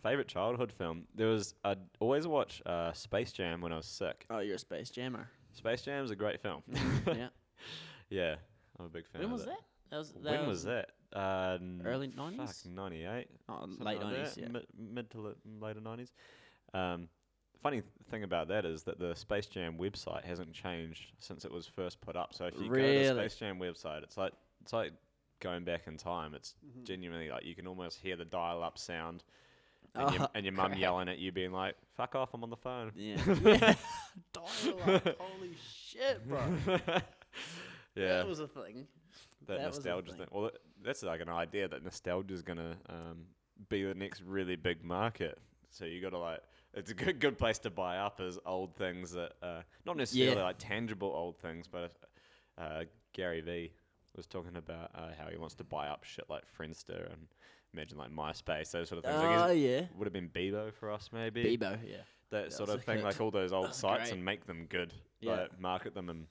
Speaker 2: Favorite childhood film? There was I'd always watch uh, Space Jam when I was sick.
Speaker 1: Oh, you're a Space Jammer.
Speaker 2: Space Jam's a great film.
Speaker 1: *laughs* yeah.
Speaker 2: *laughs* yeah, I'm a big fan.
Speaker 1: When
Speaker 2: of
Speaker 1: was
Speaker 2: it.
Speaker 1: that? That was,
Speaker 2: When was that? Uh, n-
Speaker 1: Early
Speaker 2: Fuck,
Speaker 1: 90s?
Speaker 2: ninety-eight.
Speaker 1: Oh,
Speaker 2: something
Speaker 1: late
Speaker 2: like
Speaker 1: 90s,
Speaker 2: that,
Speaker 1: yeah.
Speaker 2: Mid, mid to lit- later nineties. Um, funny th- thing about that is that the Space Jam website hasn't changed since it was first put up. So if you go to
Speaker 1: Really?
Speaker 2: the Space Jam website, it's like it's like going back in time. It's
Speaker 1: Mm-hmm.
Speaker 2: genuinely like you can almost hear the dial-up sound. And, your,
Speaker 1: Oh, *laughs*
Speaker 2: and your mum
Speaker 1: crap.
Speaker 2: yelling at you, being like, "Fuck off! I'm on the phone." *laughs*
Speaker 1: Yeah. yeah. *laughs* Dial-up. Holy shit, bro. *laughs*
Speaker 2: yeah,
Speaker 1: That was a thing.
Speaker 2: that,
Speaker 1: that was a
Speaker 2: nostalgia
Speaker 1: thing.
Speaker 2: thing. Well, that, that's like an idea that nostalgia's gonna um, be the next really big market. So you got to like, it's a good good place to buy up as old things that uh, not necessarily
Speaker 1: Yeah.
Speaker 2: like tangible old things, but uh, Gary V was talking about uh, how he wants to buy up shit like Friendster and imagine like MySpace, those sort of things.
Speaker 1: Oh,
Speaker 2: I guess
Speaker 1: yeah.
Speaker 2: would have been Bebo for us maybe
Speaker 1: Bebo, yeah.
Speaker 2: that,
Speaker 1: That
Speaker 2: sort
Speaker 1: was
Speaker 2: of
Speaker 1: a
Speaker 2: thing,
Speaker 1: hit.
Speaker 2: like all those
Speaker 1: *laughs* Oh,
Speaker 2: old sites
Speaker 1: great.
Speaker 2: and make them good,
Speaker 1: Yeah.
Speaker 2: like market them in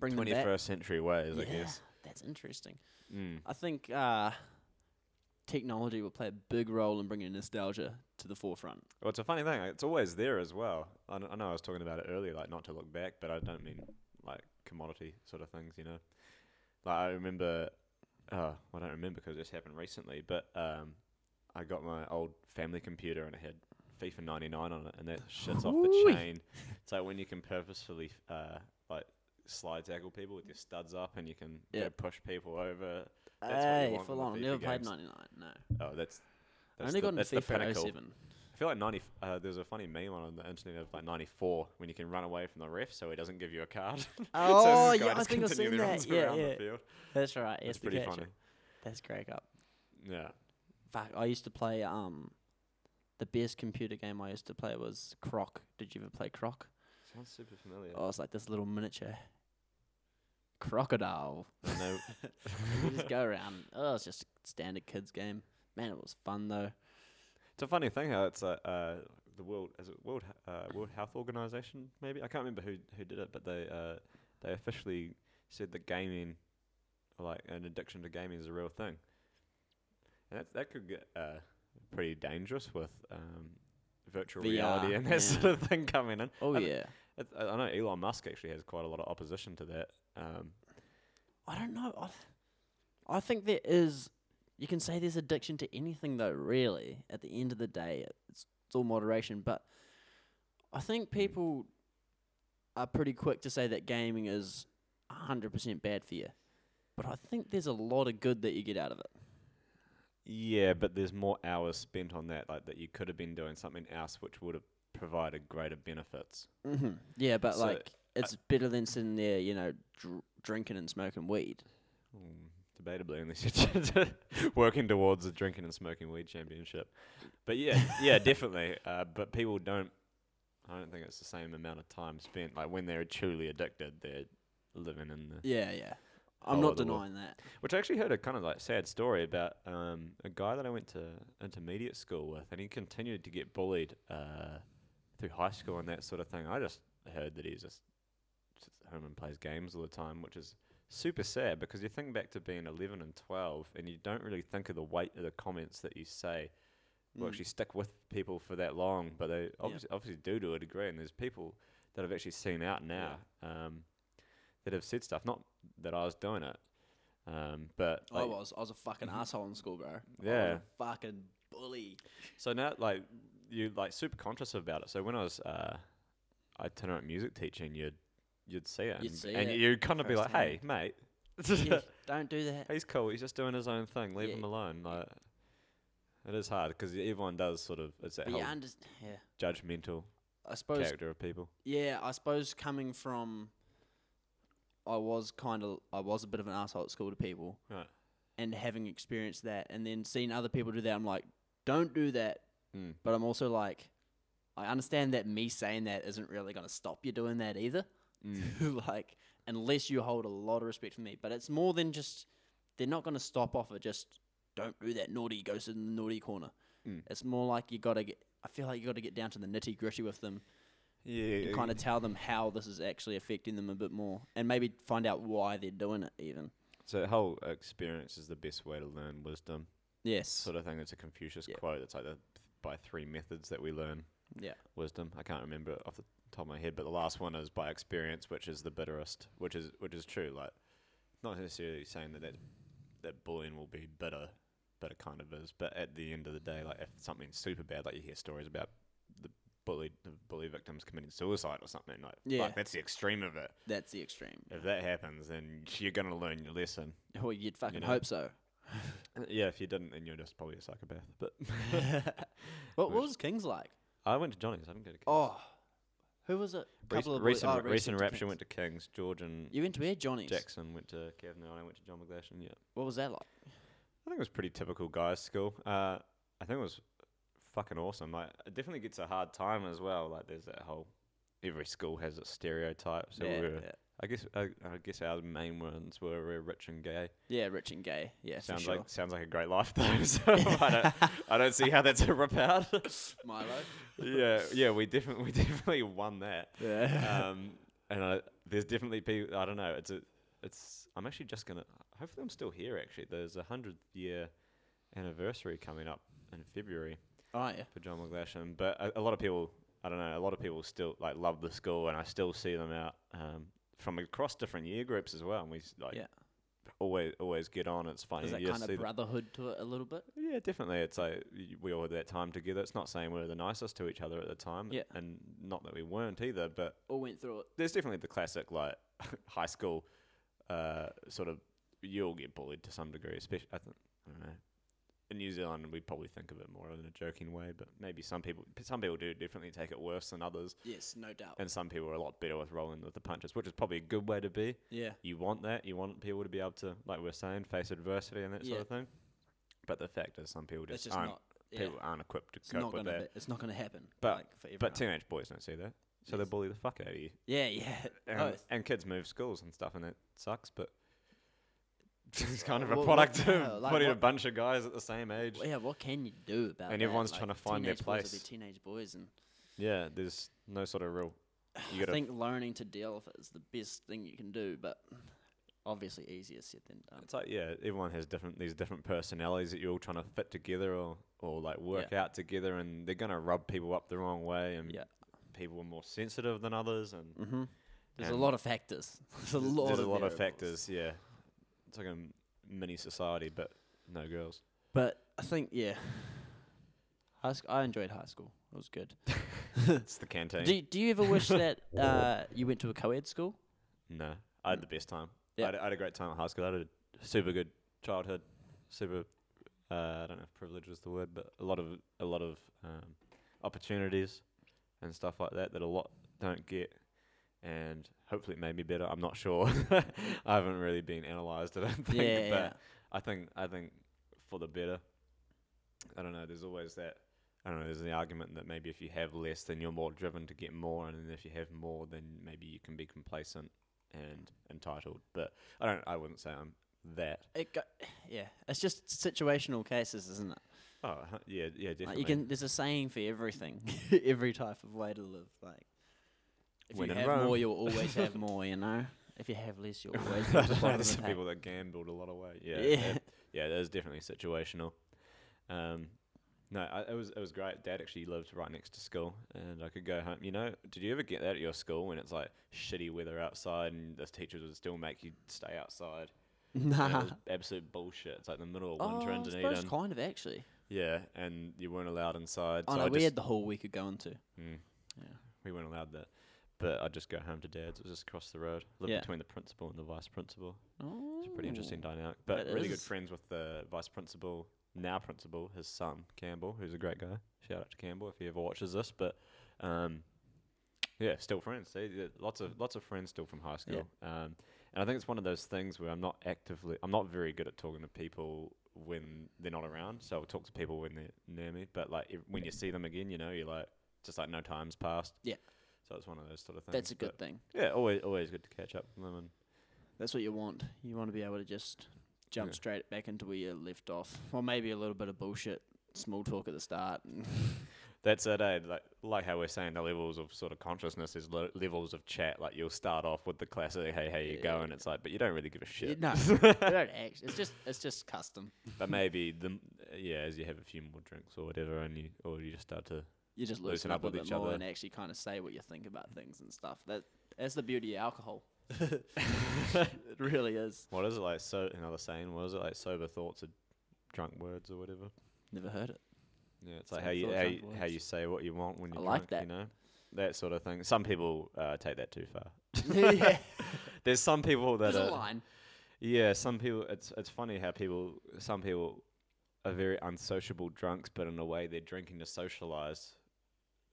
Speaker 1: Bring them back.
Speaker 2: 21st century ways, I
Speaker 1: Yeah,
Speaker 2: guess.
Speaker 1: that's interesting.
Speaker 2: Mm.
Speaker 1: I think uh, technology will play a big role in bringing nostalgia to the forefront.
Speaker 2: Well, it's a funny thing. It's always there as well. I, kn- I know I was talking about it earlier, like not to look back, but I don't mean like commodity sort of things, you know. Like I remember, uh, I don't remember because this happened recently, but um, I got my old family computer and it had FIFA 99 on it, and that shit's off the
Speaker 1: Whee!
Speaker 2: chain. It's like when you can purposefully uh, like slide tackle people with your studs up, and you can go
Speaker 1: Yeah.
Speaker 2: push people over. That's what you
Speaker 1: Hey,
Speaker 2: want
Speaker 1: for
Speaker 2: from the
Speaker 1: long.
Speaker 2: FIFA
Speaker 1: Never played
Speaker 2: games.
Speaker 1: 99. No,
Speaker 2: Oh, that's.
Speaker 1: I
Speaker 2: that's
Speaker 1: only
Speaker 2: the-
Speaker 1: got
Speaker 2: that's
Speaker 1: into
Speaker 2: the
Speaker 1: FIFA
Speaker 2: pinnacle.
Speaker 1: 07.
Speaker 2: I feel like 90. Uh, there's a funny meme on the internet of like 94 when you can run away from the ref so he doesn't give you a card. *laughs* So this
Speaker 1: Oh,
Speaker 2: guy
Speaker 1: yeah, I
Speaker 2: just
Speaker 1: think I've
Speaker 2: continually
Speaker 1: seen
Speaker 2: runs
Speaker 1: that. Yeah,
Speaker 2: around the
Speaker 1: yeah.
Speaker 2: field.
Speaker 1: That's right. Yes,
Speaker 2: It's
Speaker 1: the
Speaker 2: pretty
Speaker 1: catcher.
Speaker 2: funny.
Speaker 1: That's great up.
Speaker 2: Yeah.
Speaker 1: Fuck, I used to play. Um, the best computer game I used to play was Croc. Did you ever play Croc?
Speaker 2: Sounds super familiar.
Speaker 1: Oh, it's like this little miniature crocodile. *laughs*
Speaker 2: *laughs* No.
Speaker 1: you just go *laughs* around. Oh, it's just a standard kids game. Man, it was fun though.
Speaker 2: It's a funny thing how it's uh, uh, the world is it world H- uh, World Health Organization maybe I can't remember who who did it, but they uh, they officially said that gaming, like an addiction to gaming, is a real thing, and that that could get uh, pretty dangerous with um, virtual reality
Speaker 1: VR,
Speaker 2: and that
Speaker 1: yeah.
Speaker 2: sort of thing coming in.
Speaker 1: Oh
Speaker 2: I th-
Speaker 1: yeah.
Speaker 2: It- I I know Elon Musk actually has quite a lot of opposition to that. Um,
Speaker 1: I don't know. I, th- I think there is. You can say there's addiction to anything though. Really, at the end of the day, it's, it's all moderation. But I think
Speaker 2: Hmm.
Speaker 1: people are pretty quick to say that gaming is 100% bad for you. But I think there's a lot of good that you get out of it.
Speaker 2: yeah, but there's more hours spent on that, like that you could have been doing something else which would have provided greater benefits.
Speaker 1: Mm-hmm. Yeah, but
Speaker 2: So,
Speaker 1: like it's better than sitting there, you know, dr- drinking and smoking weed.
Speaker 2: Mm, debatably, unless *laughs* you're working towards the drinking and smoking weed championship. But yeah, yeah, definitely. Uh, but people don't. I don't think it's the same amount of time spent. Like when they're truly addicted, they're living in the.
Speaker 1: Yeah, yeah.
Speaker 2: Oh,
Speaker 1: I'm not
Speaker 2: the wo-
Speaker 1: denying that.
Speaker 2: Which I actually heard a kind of like sad story about um, a guy that I went to intermediate school with, and he continued to get bullied uh, through high school and that sort of thing. I just heard that he's just sits at home and plays games all the time, which is super sad because you think back to being 11 and 12, and you don't really think of the weight of the comments that you say will
Speaker 1: Mm.
Speaker 2: actually stick with people for that long, but they obviously, obviously do to a degree. And there's people that I've actually seen out now um, that have said stuff, not that I was doing it. Um, but
Speaker 1: I
Speaker 2: like, Mm-hmm.
Speaker 1: was. I was a fucking asshole in school, bro. I
Speaker 2: Yeah.
Speaker 1: was a fucking bully.
Speaker 2: so now like you like super conscious about it. So when I was uh, itinerant music teaching, you'd you'd see it,
Speaker 1: You'd
Speaker 2: and,
Speaker 1: see
Speaker 2: and
Speaker 1: it
Speaker 2: you'd kind of be like, "Hey,
Speaker 1: firsthand.
Speaker 2: mate,
Speaker 1: Yeah, don't do that.
Speaker 2: *laughs* he's cool. He's just doing his own thing. Leave
Speaker 1: Yeah.
Speaker 2: him alone." Like, it is hard because everyone does sort of it's that
Speaker 1: But
Speaker 2: whole
Speaker 1: yeah, under- yeah.
Speaker 2: judgmental
Speaker 1: I suppose.
Speaker 2: character of people.
Speaker 1: Yeah, I suppose coming from, I was kind of, I was a bit of an asshole at school to people,
Speaker 2: Right.
Speaker 1: and having experienced that, and then seeing other people do that, I'm like, don't do that.
Speaker 2: Mm.
Speaker 1: But I'm also like, I understand that me saying that isn't really gonna stop you doing that either. mm. *laughs* like, unless you hold a lot of respect for me, but it's more than just they're not going to stop off at just don't do that naughty go sit in the naughty corner.
Speaker 2: Mm.
Speaker 1: It's more like you got to get. I feel like you got to get down to the nitty gritty with them
Speaker 2: *laughs* Yeah,
Speaker 1: and kind of tell them how this is actually affecting them a bit more, and maybe find out why they're doing it. Even
Speaker 2: So the whole experience is the best way to learn wisdom,
Speaker 1: yes,
Speaker 2: sort of thing. It's a Confucius
Speaker 1: Yeah.
Speaker 2: quote. It's like the by three methods that we learn
Speaker 1: yeah,
Speaker 2: wisdom. I can't remember it off the top of my head, but the last one is by experience, which is the bitterest, which is which is true. Like, not necessarily saying that that, that bullying will be bitter, but it kind of is. But at the end of the day, like if something's super bad, like you hear stories about the bullied the bully victims committing suicide or something, like
Speaker 1: Yeah.
Speaker 2: fuck, that's the extreme of it.
Speaker 1: that's the extreme.
Speaker 2: If that happens, then you're gonna learn your lesson.
Speaker 1: Well, you'd fucking
Speaker 2: know.
Speaker 1: hope so. *laughs*
Speaker 2: Yeah, if you didn't, then you're just probably a psychopath. But
Speaker 1: What, what was Kings like?
Speaker 2: I went to Johnny's. I didn't go to Kings.
Speaker 1: Oh, who was it? Couple
Speaker 2: recent,
Speaker 1: of boys-
Speaker 2: recent,
Speaker 1: oh,
Speaker 2: recent, Rapture
Speaker 1: Kings.
Speaker 2: went to Kings. George and
Speaker 1: You went to where, Johnny's?
Speaker 2: Jackson went to Kavanagh. and I went to John McGlashan. Yeah,
Speaker 1: What was that like?
Speaker 2: I think it was pretty typical guys' school. Uh, I think it was fucking awesome. Like, it definitely gets a hard time as well. Like, there's that whole every school has its stereotype. So we were,
Speaker 1: yeah.
Speaker 2: I guess, I, I guess our main ones were we're rich and gay.
Speaker 1: Yeah, rich and gay. Yeah,
Speaker 2: sounds
Speaker 1: for sure.
Speaker 2: like sounds like a great life though. *laughs* So I don't, I don't see how that's *laughs* a rip out.
Speaker 1: *laughs* Milo.
Speaker 2: yeah, yeah, we definitely we *laughs* definitely won that.
Speaker 1: Yeah.
Speaker 2: um, and I, there's definitely people. I don't know. It's a, it's. I'm actually just gonna. hopefully I'm still here. Actually, there's a hundred year anniversary coming up in February
Speaker 1: Oh yeah.
Speaker 2: for John McGlashan, but a, a lot of people, I don't know, a lot of people still like love the school, and I still see them out um, from across different year groups as well. And we s- like
Speaker 1: Yeah.
Speaker 2: always always get on. It's funny.
Speaker 1: There's that
Speaker 2: you
Speaker 1: kind
Speaker 2: see
Speaker 1: of
Speaker 2: the-
Speaker 1: brotherhood to it a little bit.
Speaker 2: yeah, definitely. It's like y- we all had that time together. It's not saying we were the nicest to each other at the time,
Speaker 1: Yeah.
Speaker 2: and not that we weren't either, but
Speaker 1: All went through it.
Speaker 2: there's definitely the classic like *laughs* high school uh, sort of you'll get bullied to some degree, especially I think I don't know. In New Zealand, we probably think of it more in a joking way, but maybe some people some people do definitely take it worse than others,
Speaker 1: Yes, no doubt.
Speaker 2: and some people are a lot better with rolling with the punches, which is probably a good way to be.
Speaker 1: yeah.
Speaker 2: You want that. You want people to be able to, like we are saying, face adversity and that
Speaker 1: Yeah.
Speaker 2: sort of thing. But the fact is, some people
Speaker 1: It's
Speaker 2: just,
Speaker 1: just
Speaker 2: aren't
Speaker 1: not. Yeah.
Speaker 2: people aren't equipped to
Speaker 1: it's
Speaker 2: cope
Speaker 1: not
Speaker 2: with
Speaker 1: gonna.
Speaker 2: that.
Speaker 1: Be, it's not gonna happen.
Speaker 2: But-
Speaker 1: like, for everyone.
Speaker 2: But teenage boys don't see that, so they
Speaker 1: Yes.
Speaker 2: bully the fuck out of you.
Speaker 1: yeah,
Speaker 2: *laughs*
Speaker 1: yeah.
Speaker 2: and,
Speaker 1: Oh, it's-
Speaker 2: and kids move schools and stuff, and it sucks. But *laughs* it's kind of a
Speaker 1: Well,
Speaker 2: product
Speaker 1: well, yeah,
Speaker 2: of
Speaker 1: like
Speaker 2: putting a
Speaker 1: what-
Speaker 2: bunch of guys at the same age.
Speaker 1: Well, yeah, what can you do about
Speaker 2: And
Speaker 1: that?
Speaker 2: everyone's
Speaker 1: Like,
Speaker 2: tryna find their
Speaker 1: teenage boys will be
Speaker 2: place.
Speaker 1: teenage boys, and
Speaker 2: Yeah, there's no sort
Speaker 1: *sighs*
Speaker 2: of real. You
Speaker 1: I
Speaker 2: gotta.
Speaker 1: think learning to deal with it is the best thing you can do. But obviously, easier said than done.
Speaker 2: It's like yeah, everyone has different these different personalities that you're all trying to fit together or or like work out together, and they're gonna rub people up the wrong way, and
Speaker 1: Yeah.
Speaker 2: people are more sensitive than others, and
Speaker 1: Mm-hmm. There's a
Speaker 2: And
Speaker 1: lot of factors. *laughs* There's a
Speaker 2: there's,
Speaker 1: lot.
Speaker 2: there's
Speaker 1: of
Speaker 2: a lot of
Speaker 1: variables.
Speaker 2: factors. Yeah, it's like a m- mini society, but no
Speaker 1: *laughs*
Speaker 2: girls.
Speaker 1: But I think yeah, high sc- I enjoyed high school. It was good.
Speaker 2: It's the canteen.
Speaker 1: Do Do you ever
Speaker 2: *laughs*
Speaker 1: wish that uh, you went to a co-ed school?
Speaker 2: No, I had the best time.
Speaker 1: Yeah.
Speaker 2: I, had, I had a great time at high school. I had a super good childhood, super. Uh, I don't know if privilege is the word, but a lot of a lot of um, opportunities and stuff like that that a lot don't get, and hopefully it made me better. I'm not sure. *laughs* I haven't really been analysed. I don't *laughs* think.
Speaker 1: yeah,
Speaker 2: but
Speaker 1: yeah.
Speaker 2: I think I think for the better. I don't know. There's always that. I don't know. There's the argument that maybe if you have less, then you're more driven to get more, and then if you have more, then maybe you can be complacent and entitled. But I don't. I wouldn't say I'm that.
Speaker 1: It go- yeah, it's just situational cases, isn't it?
Speaker 2: Oh huh, yeah, yeah, definitely.
Speaker 1: Like you can. There's a saying for
Speaker 2: *laughs*
Speaker 1: everything, *laughs* every type of way to live. Like, if
Speaker 2: When
Speaker 1: you
Speaker 2: in
Speaker 1: have
Speaker 2: Rome.
Speaker 1: more,
Speaker 2: *laughs*
Speaker 1: you'll always have more. You know, if you have less, you'll always
Speaker 2: *laughs* I
Speaker 1: have
Speaker 2: don't know,
Speaker 1: the bottom of
Speaker 2: there's
Speaker 1: the
Speaker 2: some
Speaker 1: pack.
Speaker 2: people that gambled a lot away. Yeah,
Speaker 1: Yeah. *laughs*
Speaker 2: that- yeah. That is definitely situational. Um, no, I, it was it was great. Dad actually lived right next to school, and I could go home. You know, did you ever get that at your school when it's like shitty weather outside, and the teachers would still make you stay
Speaker 1: *laughs*
Speaker 2: outside? And it
Speaker 1: Nah.
Speaker 2: was absolute bullshit. It's like the middle of
Speaker 1: Oh,
Speaker 2: winter in
Speaker 1: I suppose
Speaker 2: Dunedin.
Speaker 1: kind of actually.
Speaker 2: Yeah, and you weren't allowed inside.
Speaker 1: Oh
Speaker 2: so
Speaker 1: no,
Speaker 2: I
Speaker 1: we
Speaker 2: just,
Speaker 1: had the hall we could go into.
Speaker 2: Mm.
Speaker 1: Yeah.
Speaker 2: We weren't allowed that. But I'd just go home to dad's. It was just across the road. Lived
Speaker 1: Yeah.
Speaker 2: between the principal and the vice principal.
Speaker 1: Oh,
Speaker 2: It's a pretty interesting dynamic. But
Speaker 1: That
Speaker 2: really good
Speaker 1: is.
Speaker 2: friends with the vice principal, now principal, his son, Campbell, who's a great guy. Shout out to Campbell if he ever watches this. But um, yeah, still friends. See, th- lots of lots of friends still from high school. Um, and I think it's one of those things where I'm not actively, I'm not very good at talking to people when they're not around. So I'll talk to people when they're near me. But like if, when you see them again, you know, you're like, just like no time's passed.
Speaker 1: Yeah.
Speaker 2: So it's one of those sort of things.
Speaker 1: That's a good
Speaker 2: but
Speaker 1: thing.
Speaker 2: Yeah, always always good to catch up with them and
Speaker 1: That's what you want. You want to be able to just jump
Speaker 2: Yeah.
Speaker 1: straight back into where you left off, or maybe a little bit of bullshit, small talk at the start. and-
Speaker 2: That's it, eh? Like, like how we're saying the levels of sort of consciousness is le- levels of chat. Like you'll start off with the classic, "Hey, how you
Speaker 1: Yeah.
Speaker 2: going?" It's like, but you don't really give a *laughs* shit.
Speaker 1: No,
Speaker 2: *laughs*
Speaker 1: you don't act. It's just it's just custom.
Speaker 2: But maybe the m- yeah, as you have a few more drinks or whatever, and you or you just start to
Speaker 1: You just loosen
Speaker 2: Loosen
Speaker 1: up,
Speaker 2: up with
Speaker 1: a bit
Speaker 2: each
Speaker 1: more
Speaker 2: other.
Speaker 1: and actually kind of say what you think about things and stuff. That that's the beauty of
Speaker 2: *laughs*
Speaker 1: alcohol. *laughs* it really is.
Speaker 2: what is it like? So another saying, what is it like? Sober thoughts are drunk words or whatever.
Speaker 1: Never heard it.
Speaker 2: Yeah, it's like
Speaker 1: Sober
Speaker 2: how you
Speaker 1: thoughts,
Speaker 2: how
Speaker 1: drunk
Speaker 2: you, how
Speaker 1: words.
Speaker 2: you say what you want when
Speaker 1: I
Speaker 2: you're
Speaker 1: like
Speaker 2: drunk, You know, that sort of thing. Some people uh, take that too *laughs* far.
Speaker 1: *laughs* yeah,
Speaker 2: There's some people that
Speaker 1: there's a
Speaker 2: are.
Speaker 1: line.
Speaker 2: Yeah, some people. It's it's funny how people. Some people are very unsociable drunks, but in a way they're drinking to socialize.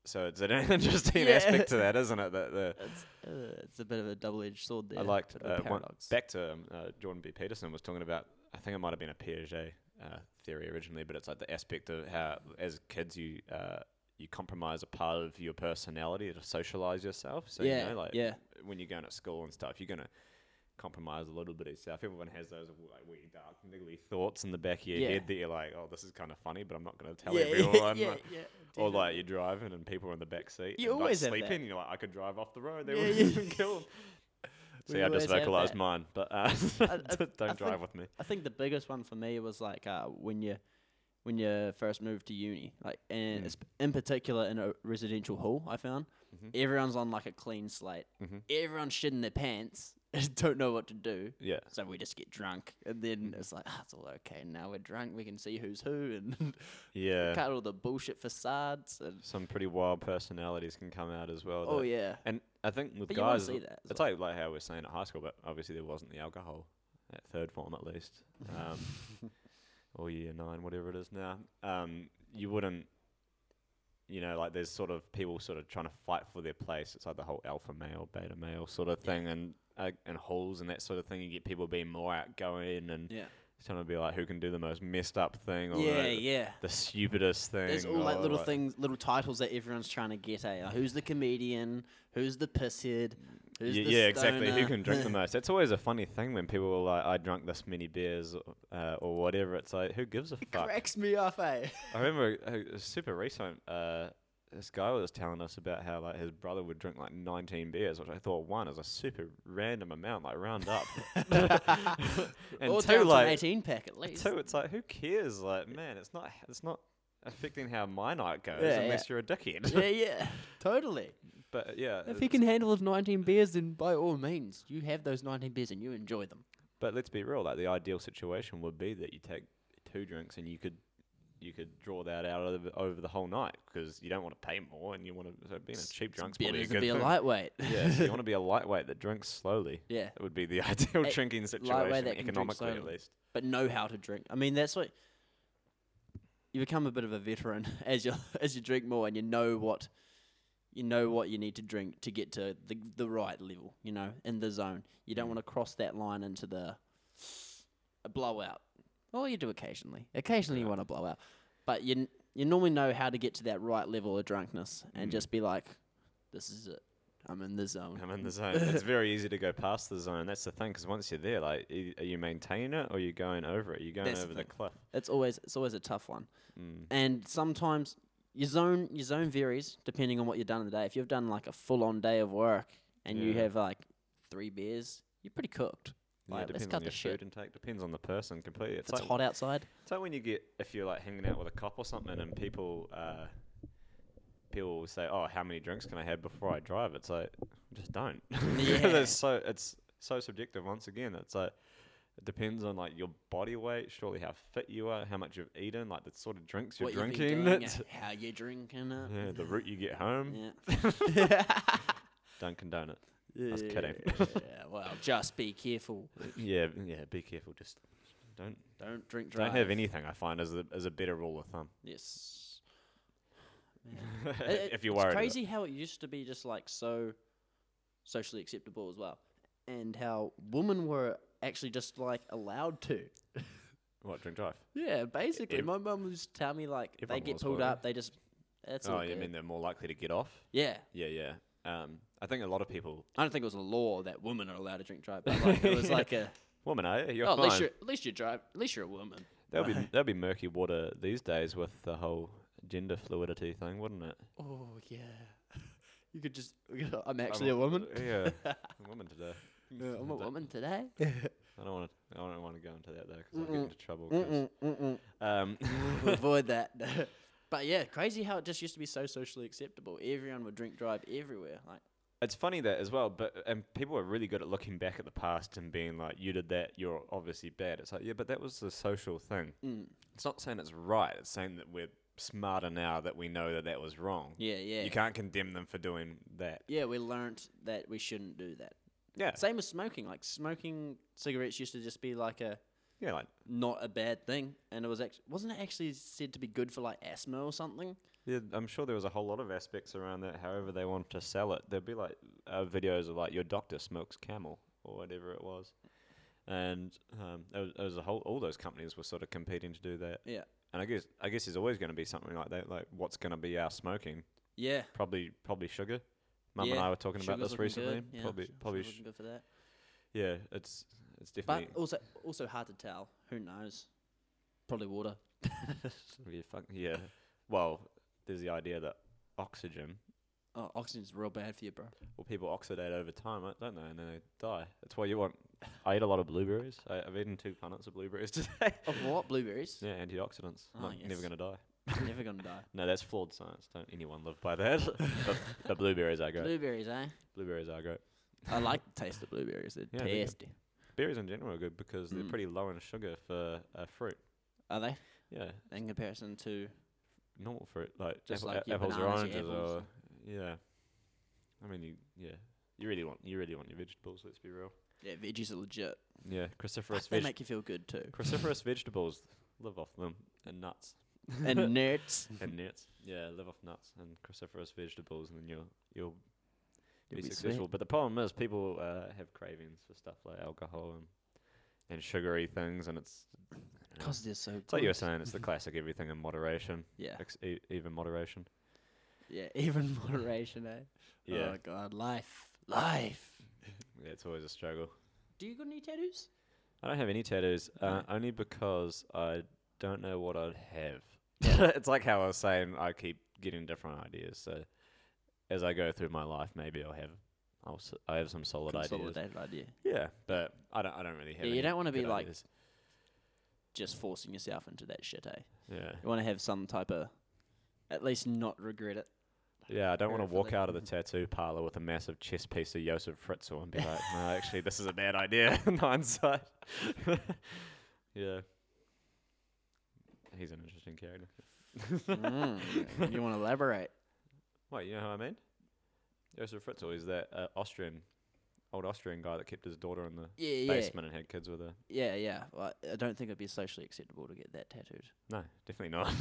Speaker 2: So it's an *laughs* interesting
Speaker 1: Yeah.
Speaker 2: aspect to that, isn't it? That the
Speaker 1: It's uh, it's a bit of a double-edged sword there.
Speaker 2: I liked
Speaker 1: bit of a
Speaker 2: uh, one,
Speaker 1: paradox.
Speaker 2: back to um, uh, Jordan B. Peterson was talking about. I think it might have been a Piaget uh, theory originally, but it's like the aspect of how as kids you uh, you compromise a part of your personality to socialize yourself. So
Speaker 1: yeah,
Speaker 2: you know, like
Speaker 1: yeah,
Speaker 2: when you're going to school and stuff, you're gonna compromise a little bit of yourself. Everyone has those like wee dark niggly thoughts in the back of your
Speaker 1: Yeah.
Speaker 2: head that you're like, oh, this is kind of funny, but I'm not gonna tell
Speaker 1: yeah, *laughs*
Speaker 2: everyone.
Speaker 1: yeah,
Speaker 2: like-
Speaker 1: yeah,
Speaker 2: or like
Speaker 1: definitely.
Speaker 2: you're driving and people are in the back seat.
Speaker 1: You
Speaker 2: and,
Speaker 1: always have
Speaker 2: like, sleeping.
Speaker 1: that.
Speaker 2: And you're like, I could drive off the road. They
Speaker 1: Yeah, *laughs*
Speaker 2: wouldn't
Speaker 1: yeah.
Speaker 2: even kill. 'em." See,
Speaker 1: We
Speaker 2: I just
Speaker 1: always have
Speaker 2: vocalized
Speaker 1: that.
Speaker 2: mine, but *laughs* uh,
Speaker 1: I-
Speaker 2: don't
Speaker 1: I
Speaker 2: drive
Speaker 1: think-
Speaker 2: with me.
Speaker 1: I think the biggest one for me was like uh, when you when you first moved to uni, like and
Speaker 2: Mm.
Speaker 1: it's in particular in a residential hall. I found
Speaker 2: Mm-hmm.
Speaker 1: everyone's on like a clean slate. Everyone's shitting their pants *laughs* and don't know what to do.
Speaker 2: Yeah.
Speaker 1: So we just get drunk, and then
Speaker 2: Mm-hmm.
Speaker 1: it's like, ah, it's all okay. Now we're drunk. We can see who's who, and
Speaker 2: *laughs* Yeah.
Speaker 1: cut all the bullshit facades. And
Speaker 2: Some pretty wild personalities can come out as well.
Speaker 1: oh
Speaker 2: that-
Speaker 1: yeah,
Speaker 2: And I think with
Speaker 1: But you wanna
Speaker 2: guys,
Speaker 1: see that as
Speaker 2: it's like, like how we we're saying at high school, but obviously there wasn't the alcohol at third form at least,
Speaker 1: *laughs*
Speaker 2: um, or year nine, whatever it is now. Um, you wouldn't, you know, like there's sort of people sort of trying to fight for their place. It's like the whole alpha male, beta male sort of thing, and uh, and halls and that sort of thing. You get people being more outgoing and
Speaker 1: yeah,
Speaker 2: trying to be like who can do the most messed up thing or
Speaker 1: yeah,
Speaker 2: the,
Speaker 1: yeah.
Speaker 2: the stupidest thing.
Speaker 1: There's all like
Speaker 2: or,
Speaker 1: little
Speaker 2: like-
Speaker 1: things, little titles that everyone's trying to get. Eh? Like, who's the comedian? Who's the pisshead?
Speaker 2: Y-
Speaker 1: Who's the
Speaker 2: yeah, exactly. Who
Speaker 1: stoner? *laughs*
Speaker 2: can drink the most? That's always a funny thing when people are like, "I drank this many beers" uh, or whatever. It's like, who gives a fuck?
Speaker 1: Cracks me off, *laughs* eh?
Speaker 2: I remember uh, it was super recent. Uh, this guy was telling us about how like his brother would drink like 19 beers, which I thought one is a super random amount, like
Speaker 1: *laughs*
Speaker 2: round up. *laughs* and
Speaker 1: or down
Speaker 2: two,
Speaker 1: to an
Speaker 2: like
Speaker 1: eighteen pack at least.
Speaker 2: two, it's like who cares? Like man, it's not it's not affecting how my night goes
Speaker 1: Yeah, yeah.
Speaker 2: unless you're a dickhead.
Speaker 1: yeah, yeah, totally.
Speaker 2: *laughs* but yeah,
Speaker 1: If he
Speaker 2: it's-
Speaker 1: can handle his nineteen beers, then by all means, you have those nineteen beers and you enjoy them.
Speaker 2: But let's be real. Like the ideal situation would be that you take two drinks and you could you could draw that out over, over the whole night because you don't want to pay more and you want to. So being a cheap drunk's probably
Speaker 1: Better
Speaker 2: a
Speaker 1: to
Speaker 2: good
Speaker 1: be a
Speaker 2: thing.
Speaker 1: lightweight.
Speaker 2: *laughs*
Speaker 1: *laughs*
Speaker 2: yeah, so you want to be a lightweight that drinks slowly.
Speaker 1: Yeah.
Speaker 2: that would be the *laughs* ideal
Speaker 1: A
Speaker 2: drinking
Speaker 1: that
Speaker 2: situation
Speaker 1: can drink
Speaker 2: economically, at
Speaker 1: slowly.
Speaker 2: least.
Speaker 1: but know how to drink. I mean, that's what you become a bit of a veteran *laughs* as you as you drink more, and you know what you know what you need to drink to get to the the right level. You know, in the zone. You
Speaker 2: Mm.
Speaker 1: don't want to cross that line into the a blowout. Well, you do occasionally. Occasionally, you want to blow out, but you n- you normally know how to get to that right level of drunkenness and just be like, "This is it. I'm in the zone."
Speaker 2: Mm. I'm in the zone. it's very
Speaker 1: *laughs*
Speaker 2: easy to go past the zone. That's the thing because once you're there, like, e- are you maintaining it or are you going over it? You're going
Speaker 1: That's the
Speaker 2: over the
Speaker 1: thing.
Speaker 2: cliff. Mm.
Speaker 1: It's always it's always a tough one. And sometimes your zone your zone varies depending on what you've done in the day. If you've done like a full on day of work and you
Speaker 2: Yeah.
Speaker 1: have like three beers, you're pretty cooked.
Speaker 2: Yeah,
Speaker 1: Like, let's
Speaker 2: depends
Speaker 1: cut
Speaker 2: on
Speaker 1: the
Speaker 2: your
Speaker 1: shit.
Speaker 2: food intake. Depends on the person completely.
Speaker 1: If it's
Speaker 2: like-
Speaker 1: hot outside,
Speaker 2: It's like when you get if you're like hanging out with a cop or something, and people uh, people will say, "Oh, how many drinks can I have before I drive?" It's like just don't. *laughs* Because
Speaker 1: Yeah.
Speaker 2: it's so it's so subjective. Once again, it's like it depends on like your body weight, surely how fit you are, how much you've eaten, like the sort of drinks you're
Speaker 1: what you've been
Speaker 2: drinking,
Speaker 1: doing,
Speaker 2: it's-
Speaker 1: uh, *laughs* how you're drinking it.
Speaker 2: yeah, the route you get home.
Speaker 1: Yeah.
Speaker 2: Don't condone it. I was kidding.
Speaker 1: *laughs* yeah. Well, just be careful.
Speaker 2: yeah, yeah. Be careful. Just don't
Speaker 1: Don't drink
Speaker 2: don't
Speaker 1: drive.
Speaker 2: have anything. I find as a, as a better rule of thumb. *laughs*
Speaker 1: Yes. It-
Speaker 2: if you're
Speaker 1: Uh, it's
Speaker 2: worried, about it.
Speaker 1: crazy how it used to be just like so socially acceptable as well, and how women were actually just like allowed to.
Speaker 2: what drink drive?
Speaker 1: Yeah, basically,
Speaker 2: ev-
Speaker 1: my mum was just tell me like they
Speaker 2: everyone
Speaker 1: get
Speaker 2: was,
Speaker 1: pulled
Speaker 2: weren't
Speaker 1: up, they just that's
Speaker 2: Oh,
Speaker 1: all.
Speaker 2: you
Speaker 1: good.
Speaker 2: mean they're more likely to get off?
Speaker 1: yeah,
Speaker 2: Yeah, yeah. Um, I think a lot of people.
Speaker 1: I don't think it was a law that women are allowed to drink drive, but like, *laughs* it was like a
Speaker 2: Woman, eh? You're
Speaker 1: oh, at least
Speaker 2: fine.
Speaker 1: you're at least you drive, at least you're a woman.
Speaker 2: That'll be
Speaker 1: *laughs*
Speaker 2: that'll be murky water these days with the whole gender fluidity thing, wouldn't it?
Speaker 1: Oh yeah, *laughs* you could just *laughs* I'm actually a woman.
Speaker 2: Yeah, I'm a woman today.
Speaker 1: *laughs* Yeah, I'm a woman *laughs* today.
Speaker 2: I don't want to. I don't want to go into that though, because I'll get into trouble. 'cause,
Speaker 1: *laughs*
Speaker 2: Um, *laughs*
Speaker 1: avoid that. *laughs* but yeah, crazy how it just used to be so socially acceptable. Everyone would drink drive everywhere. Like
Speaker 2: it's funny that as well, but and people are really good at looking back at the past and being like, "You did that. You're obviously bad." It's like, yeah, but that was the social thing.
Speaker 1: Mm.
Speaker 2: It's not saying it's right. It's saying that we're smarter now that we know that that was wrong.
Speaker 1: yeah, yeah,
Speaker 2: You can't condemn them for doing that.
Speaker 1: yeah. We learnt that we shouldn't do that.
Speaker 2: Yeah.
Speaker 1: *laughs* Same with smoking. Like smoking cigarettes used to just be like a
Speaker 2: Yeah, like
Speaker 1: not a bad thing, and it was actually wasn't it actually said to be good for like asthma or something?
Speaker 2: yeah, I'm sure there was a whole lot of aspects around that. However, they wanted to sell it, there'd be like uh, videos of like your doctor smokes camel or whatever it was, and um, it was, it was a whole all those companies were sort of competing to do that.
Speaker 1: Yeah,
Speaker 2: And I guess I guess there's always going to be something like that. Like what's going to be our smoking?
Speaker 1: yeah.
Speaker 2: Probably probably sugar. Mum and
Speaker 1: Yeah.
Speaker 2: I were talking about
Speaker 1: Sugar's
Speaker 2: this
Speaker 1: looking
Speaker 2: recently.
Speaker 1: good, yeah,
Speaker 2: Probably
Speaker 1: sugar's
Speaker 2: probably
Speaker 1: looking
Speaker 2: sh-
Speaker 1: good for that.
Speaker 2: yeah. It's it's
Speaker 1: But
Speaker 2: definitely
Speaker 1: also also hard to tell. Who knows? Probably water.
Speaker 2: yeah, fuck, yeah. Well, there's the idea that oxygen
Speaker 1: Oh, oxygen's real bad for you, bro.
Speaker 2: Well, people oxidate over time, right, don't they? And then they die. That's why you want. *laughs* I eat a lot of blueberries. I, I've eaten two punnets of blueberries *laughs* today.
Speaker 1: Of what? Blueberries?
Speaker 2: yeah, antioxidants. I'm
Speaker 1: Oh,
Speaker 2: like, never
Speaker 1: yes.
Speaker 2: gonna die.
Speaker 1: Never gonna die.
Speaker 2: No, that's flawed science. Don't anyone live by *laughs* that. but, but blueberries are great.
Speaker 1: Blueberries, eh?
Speaker 2: Blueberries are great.
Speaker 1: I like the taste of blueberries. They're
Speaker 2: Yeah, they're good.
Speaker 1: tasty.
Speaker 2: Berries in general are good because they're
Speaker 1: Mm.
Speaker 2: pretty low in sugar for uh, fruit.
Speaker 1: Are they?
Speaker 2: Yeah,
Speaker 1: In comparison to
Speaker 2: normal fruit like
Speaker 1: Just
Speaker 2: apple,
Speaker 1: like
Speaker 2: a-
Speaker 1: your
Speaker 2: apples or
Speaker 1: bananas,
Speaker 2: oranges
Speaker 1: your
Speaker 2: or
Speaker 1: apples.
Speaker 2: yeah. I mean, you yeah, you really want you really want your vegetables. Let's be real.
Speaker 1: yeah, veggies are legit.
Speaker 2: Yeah, cruciferous
Speaker 1: They
Speaker 2: veg-
Speaker 1: make you feel good too.
Speaker 2: cruciferous vegetables live off them and nuts
Speaker 1: and
Speaker 2: *laughs*
Speaker 1: nerds.
Speaker 2: and nuts. Yeah, live off nuts and cruciferous vegetables, and then you'll you'll
Speaker 1: You'll
Speaker 2: be,
Speaker 1: be
Speaker 2: successful.
Speaker 1: sweet.
Speaker 2: But the problem is, people uh, have cravings for stuff like alcohol and and sugary things, and it's I don't know.
Speaker 1: Because they're so
Speaker 2: it's like you were
Speaker 1: good.
Speaker 2: saying, it's the classic everything in moderation,
Speaker 1: Yeah.
Speaker 2: ex- e- even moderation.
Speaker 1: Yeah. *laughs* Even moderation, eh?
Speaker 2: Yeah,
Speaker 1: Oh god, life. Life.
Speaker 2: yeah, it's always a struggle.
Speaker 1: Do you got any tattoos?
Speaker 2: I don't have any tattoos, uh,
Speaker 1: No.
Speaker 2: only because I don't know what I'd have. *laughs* it's like how I was saying, I keep getting different ideas. So as I go through my life, maybe I'll have, I'll, s- I have some solid ideas.
Speaker 1: Consolidated idea.
Speaker 2: Yeah, but I don't, I don't really have.
Speaker 1: Yeah, you
Speaker 2: any
Speaker 1: don't wanna be
Speaker 2: good
Speaker 1: like-
Speaker 2: ideas.
Speaker 1: Just forcing yourself into that shit, eh?
Speaker 2: Yeah,
Speaker 1: You want to have some type of, at least not regret
Speaker 2: *laughs*
Speaker 1: it.
Speaker 2: yeah. I don't want
Speaker 1: Yeah,
Speaker 2: to
Speaker 1: for
Speaker 2: walk
Speaker 1: that.
Speaker 2: out of the tattoo parlor with a massive chess piece of Josef Fritzl and be like, no, actually, this is a bad idea *laughs* in hindsight. yeah, he's an interesting character.
Speaker 1: Mm, you want to elaborate?
Speaker 2: Wait, you know who I mean? Josef Fritzl is that uh, Austrian, old Austrian guy that kept his daughter in the
Speaker 1: Yeah, yeah,
Speaker 2: basement and had kids with her.
Speaker 1: yeah, yeah. Well, I- I don't think it'd be socially acceptable to get that tattooed,
Speaker 2: No, definitely not.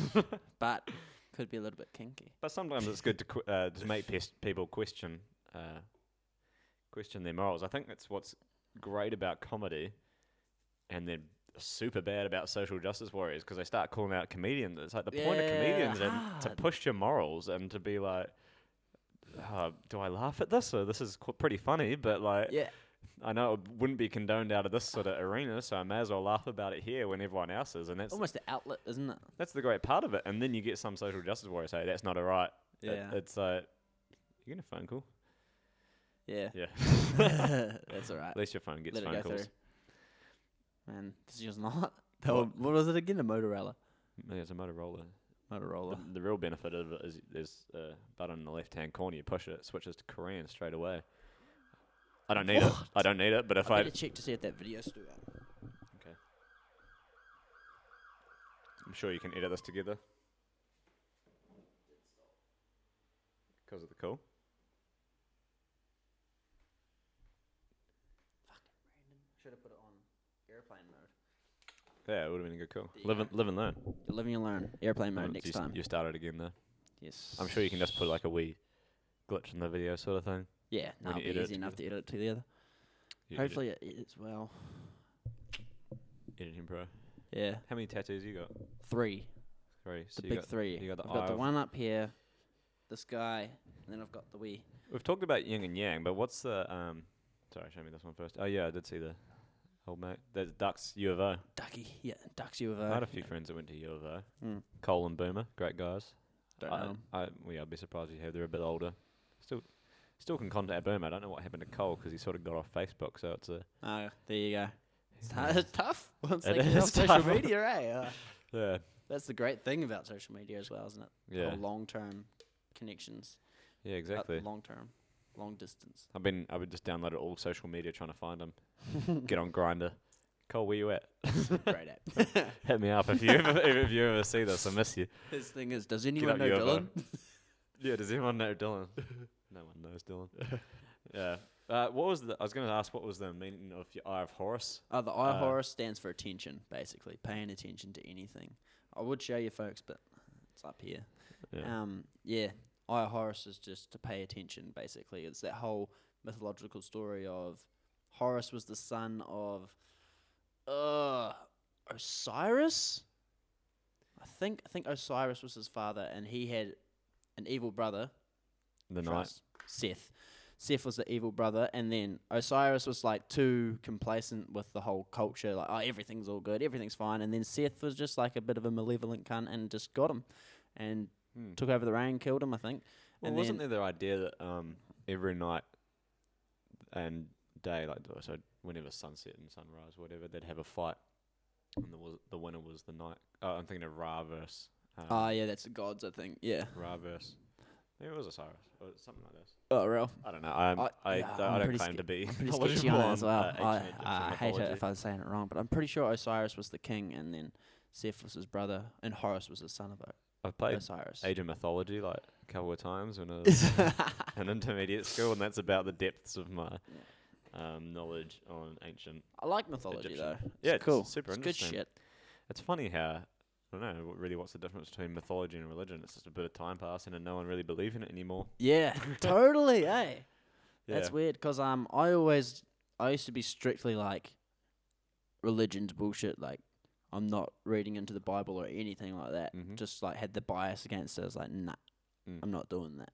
Speaker 1: but could be a little bit kinky.
Speaker 2: but sometimes it's good to qu- uh, to make pes- people question uh, question their morals. I think that's what's great about comedy, and then super bad about social justice warriors because they start calling out comedians. It's like the point of
Speaker 1: Yeah,
Speaker 2: comedians and to
Speaker 1: hard.
Speaker 2: push your morals and to be like. Uh, do I laugh at this? Or this is qu- pretty funny, but like,
Speaker 1: Yeah,
Speaker 2: I know it wouldn't be condoned out of this sort of arena, so I may as well laugh about it here when everyone else is, and that's
Speaker 1: almost an outlet, isn't it?
Speaker 2: that's the great part of it. And then you get some social justice warrior say that's not alright. It-
Speaker 1: Yeah.
Speaker 2: it's like you're gonna phone call.
Speaker 1: Yeah,
Speaker 2: Yeah,
Speaker 1: *laughs* that's all right.
Speaker 2: at least your phone gets
Speaker 1: Uh, Let it
Speaker 2: phone
Speaker 1: go
Speaker 2: calls.
Speaker 1: through. Man, this is just not. *laughs* They were- what was it again? A Motorola.
Speaker 2: Yeah, it's a Motorola. The,
Speaker 1: Motorola.
Speaker 2: the real benefit of it is there's a button in the left hand corner. You push it, it switches to Korean straight away. I don't need it. I don't need it. But if
Speaker 1: I
Speaker 2: I,
Speaker 1: need to check to see if that video's still out.
Speaker 2: I'm sure you can edit this together. Because of the call.
Speaker 1: Should have put it on airplane mode.
Speaker 2: Yeah, it would have been a good call.
Speaker 1: There you
Speaker 2: Live and, live and learn.
Speaker 1: You're living and learn. Airplane mode
Speaker 2: Um,
Speaker 1: next
Speaker 2: you, s-
Speaker 1: time.
Speaker 2: You start it again though.
Speaker 1: Yes.
Speaker 2: I'm sure you can just put like a wee glitch in the video sort of thing.
Speaker 1: Yeah, no,
Speaker 2: when
Speaker 1: it'll
Speaker 2: you
Speaker 1: be
Speaker 2: edit it
Speaker 1: easy enough to edit it together.
Speaker 2: You edit-
Speaker 1: Hopefully it is well.
Speaker 2: editing pro.
Speaker 1: Yeah,
Speaker 2: How many tattoos you got?
Speaker 1: three.
Speaker 2: Three.
Speaker 1: The
Speaker 2: So you
Speaker 1: big
Speaker 2: got-
Speaker 1: three.
Speaker 2: you got the
Speaker 1: I've got
Speaker 2: eye
Speaker 1: the
Speaker 2: of-
Speaker 1: one up here, this guy, and then I've got the wee.
Speaker 2: We've talked about yin and yang, but what's the um? Sorry, show me this one first. Oh yeah, I did see the old mate. There's Ducks U of O.
Speaker 1: Ducky. Yeah, ducks you with
Speaker 2: I had
Speaker 1: a.
Speaker 2: a few friends that went to U of O.
Speaker 1: Mm.
Speaker 2: Cole and Boomer, great guys.
Speaker 1: Don't
Speaker 2: I,
Speaker 1: know 'em.
Speaker 2: I, well, yeah, I'd be surprised if you have. They're a bit older. Still, still can contact Boomer. I don't know what happened to Cole because he sort of got off Facebook. So it's a
Speaker 1: Oh, there you go. It's, tou- it's tough *laughs* once
Speaker 2: It
Speaker 1: they get off
Speaker 2: is
Speaker 1: social
Speaker 2: tough.
Speaker 1: media, eh?
Speaker 2: *laughs*
Speaker 1: Uh,
Speaker 2: yeah,
Speaker 1: that's the great thing about social media as well, isn't it?
Speaker 2: yeah,
Speaker 1: Long term connections.
Speaker 2: yeah, exactly.
Speaker 1: Long term, long distance.
Speaker 2: I've been I've been just downloaded all social media trying to find him. Get on Grinder. Cole, where you at?
Speaker 1: great
Speaker 2: *laughs*
Speaker 1: app.
Speaker 2: Hit me up if
Speaker 1: *laughs*
Speaker 2: you ever if you ever see this. I miss you.
Speaker 1: His thing is, does anyone
Speaker 2: up
Speaker 1: know
Speaker 2: your
Speaker 1: Dylan?
Speaker 2: Yeah, does anyone
Speaker 1: *laughs*
Speaker 2: know Dylan? no one knows Dylan. yeah. Uh, what was the? I was going to ask what was the meaning of your Eye of Horus?
Speaker 1: Uh, the eye
Speaker 2: Uh,
Speaker 1: horror stands for attention, basically paying attention to anything. I would show you folks, but it's up here.
Speaker 2: Yeah.
Speaker 1: Um, yeah, eye Horus is just to pay attention. Basically, it's that whole mythological story of Horus was the son of uh, Osiris. I think I think Osiris was his father, and he had an evil brother
Speaker 2: the night.
Speaker 1: trust. Seth. Seth was the evil brother, and then Osiris was like too complacent with the whole culture, like oh everything's all good, everything's fine, and then Seth was just like a bit of a malevolent cunt and just got him, and
Speaker 2: Hmm.
Speaker 1: took over the reign, killed him, I think.
Speaker 2: Well,
Speaker 1: And
Speaker 2: wasn't
Speaker 1: then-
Speaker 2: there the idea that um, every night and day, like so, whenever sunset and sunrise, whatever, they'd have a fight, and the was the winner was the night. Oh, I'm thinking of Ra verse. Um,
Speaker 1: Ah, yeah, that's the gods, I think. Yeah.
Speaker 2: Ra verse. Maybe it was Osiris or something like this.
Speaker 1: Oh,
Speaker 2: *laughs*
Speaker 1: real.
Speaker 2: I don't know. I'm, I
Speaker 1: I-
Speaker 2: I,
Speaker 1: yeah,
Speaker 2: don't-
Speaker 1: I'm
Speaker 2: *laughs* I don't
Speaker 1: pretty
Speaker 2: claim
Speaker 1: sca-
Speaker 2: to be
Speaker 1: Pretty sketchy
Speaker 2: knowledgeable
Speaker 1: on it as
Speaker 2: on,
Speaker 1: well.
Speaker 2: uh,
Speaker 1: I,
Speaker 2: ancient
Speaker 1: I
Speaker 2: Egyptian
Speaker 1: hate it
Speaker 2: mythology.
Speaker 1: if I'm saying it wrong, but I'm pretty sure Osiris was the king, and then Cephas was his brother, and Horus was the son of O-
Speaker 2: I've played
Speaker 1: Osiris.
Speaker 2: Asian mythology like a couple of times when I was in intermediate school, and that's about the depths of my um, knowledge on ancient.
Speaker 1: *laughs* I like mythology
Speaker 2: Egyptian.
Speaker 1: though.
Speaker 2: Yeah, it's
Speaker 1: it's cool.
Speaker 2: super
Speaker 1: it's
Speaker 2: interesting.
Speaker 1: Good shit.
Speaker 2: It's funny how I don't know what really what's the difference between mythology and religion. It's just a bit of time passing, and no one really believes in it anymore. *laughs*
Speaker 1: Yeah, *laughs* totally. eh?
Speaker 2: Yeah.
Speaker 1: That's weird because um, I always I used to be strictly like religion's bullshit. Like I'm not reading into the Bible or anything like that.
Speaker 2: Mhm.
Speaker 1: Just like had the bias against it. I was like, nah,
Speaker 2: Mm.
Speaker 1: I'm not doing that.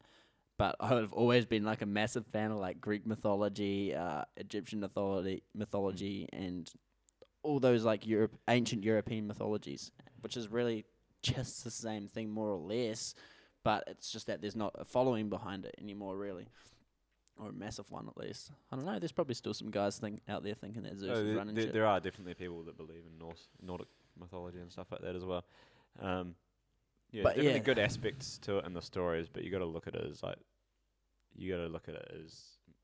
Speaker 1: But *laughs* I've always been like a massive fan of like Greek mythology, uh, Egyptian mythology, mythology, and all those like Europe, ancient European mythologies, which is really just the same thing more or less. But it's just that there's not a following behind it anymore, really or a massive one at least. I don't know. There's probably still some guys think out there thinking that Zeus
Speaker 2: No,
Speaker 1: is
Speaker 2: Oh, there,
Speaker 1: running
Speaker 2: there-
Speaker 1: shit.
Speaker 2: there are definitely people that believe in Norse Nordic mythology and stuff like that as well. Um, yeah,
Speaker 1: But
Speaker 2: definitely
Speaker 1: yeah.
Speaker 2: good aspects to it in the stories, but you got to look at it as like you got to look at it as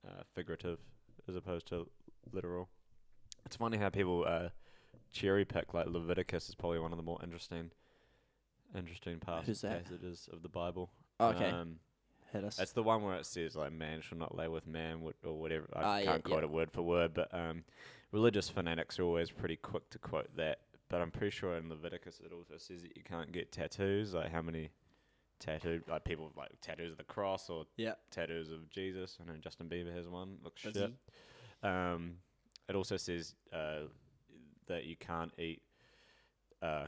Speaker 2: uh, figurative as opposed to literal. It's funny how people uh, cherry pick. Like Leviticus is probably one of the more interesting, interesting pas-
Speaker 1: Who's that? Oh,
Speaker 2: passages of the Bible.
Speaker 1: okay,
Speaker 2: Um,
Speaker 1: hit us.
Speaker 2: that's the one where it says like man shall not lay with man wh- or whatever.
Speaker 1: Ah,
Speaker 2: I
Speaker 1: yeah,
Speaker 2: can't quote
Speaker 1: yeah.
Speaker 2: it word for word, but um, religious fanatics are always pretty quick to quote that. But I'm pretty sure in Leviticus it also says that you can't get tattoos. Like how many tattoo like people with, like tattoos of the cross or
Speaker 1: yeah,
Speaker 2: tattoos of Jesus. I know Justin Bieber has one. Looks
Speaker 1: Does
Speaker 2: shit. Um, it also says uh, that you can't eat uh,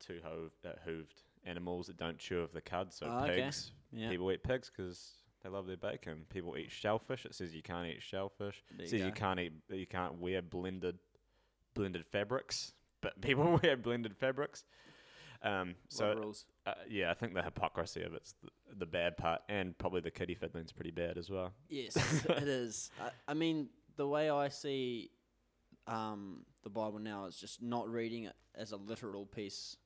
Speaker 2: two hove, uh, hooved animals that don't chew of the cud. So
Speaker 1: Ah, okay.
Speaker 2: pigs,
Speaker 1: yeah.
Speaker 2: People eat pigs 'cause they love their bacon. People eat shellfish. It says you can't eat shellfish.
Speaker 1: There
Speaker 2: It
Speaker 1: you
Speaker 2: says you
Speaker 1: go.
Speaker 2: can't eat. You can't wear blended, blended fabrics. But *laughs* people wear blended fabrics. Um, so
Speaker 1: rules.
Speaker 2: uh, yeah, I think the hypocrisy of it's the, the bad part, and probably the kitty fiddling's pretty bad as well.
Speaker 1: Yes, it is. *laughs* I, I mean, the way I see um, the Bible now is just not reading it as a literal piece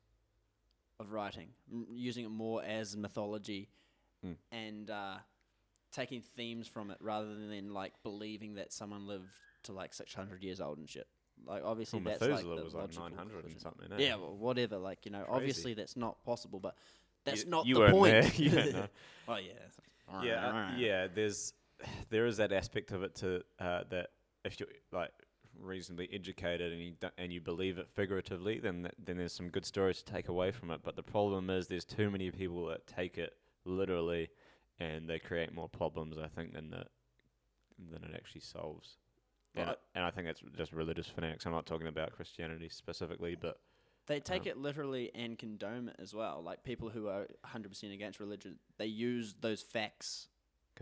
Speaker 1: of writing, m- using it more as mythology
Speaker 2: Mm.
Speaker 1: and uh, taking themes from it rather than like believing that someone lived to like 600 years old and shit. Like obviously
Speaker 2: Well,
Speaker 1: that's like
Speaker 2: Methuselah
Speaker 1: the
Speaker 2: was like
Speaker 1: logical
Speaker 2: 900
Speaker 1: conclusion.
Speaker 2: and something. eh?
Speaker 1: Yeah, well, whatever. Like you know,
Speaker 2: Crazy.
Speaker 1: obviously that's not possible, but that's
Speaker 2: You-
Speaker 1: not
Speaker 2: you
Speaker 1: the
Speaker 2: weren't
Speaker 1: point.
Speaker 2: there. *laughs* You don't know.
Speaker 1: *laughs* oh yeah.
Speaker 2: yeah, uh, yeah. There's *sighs* there is that aspect of it to uh, that if you're like reasonably educated and you do and you believe it figuratively, then th- then there's some good stories to take away from it. But the problem is there's too many people that take it literally, and they create more problems. I think than that than it actually solves. And,
Speaker 1: Well,
Speaker 2: I, and I think that's just religious fanatics. I'm not talking about Christianity specifically, but
Speaker 1: They take
Speaker 2: Um,
Speaker 1: it literally and condone it as well. Like people who are 100% against religion, they use those facts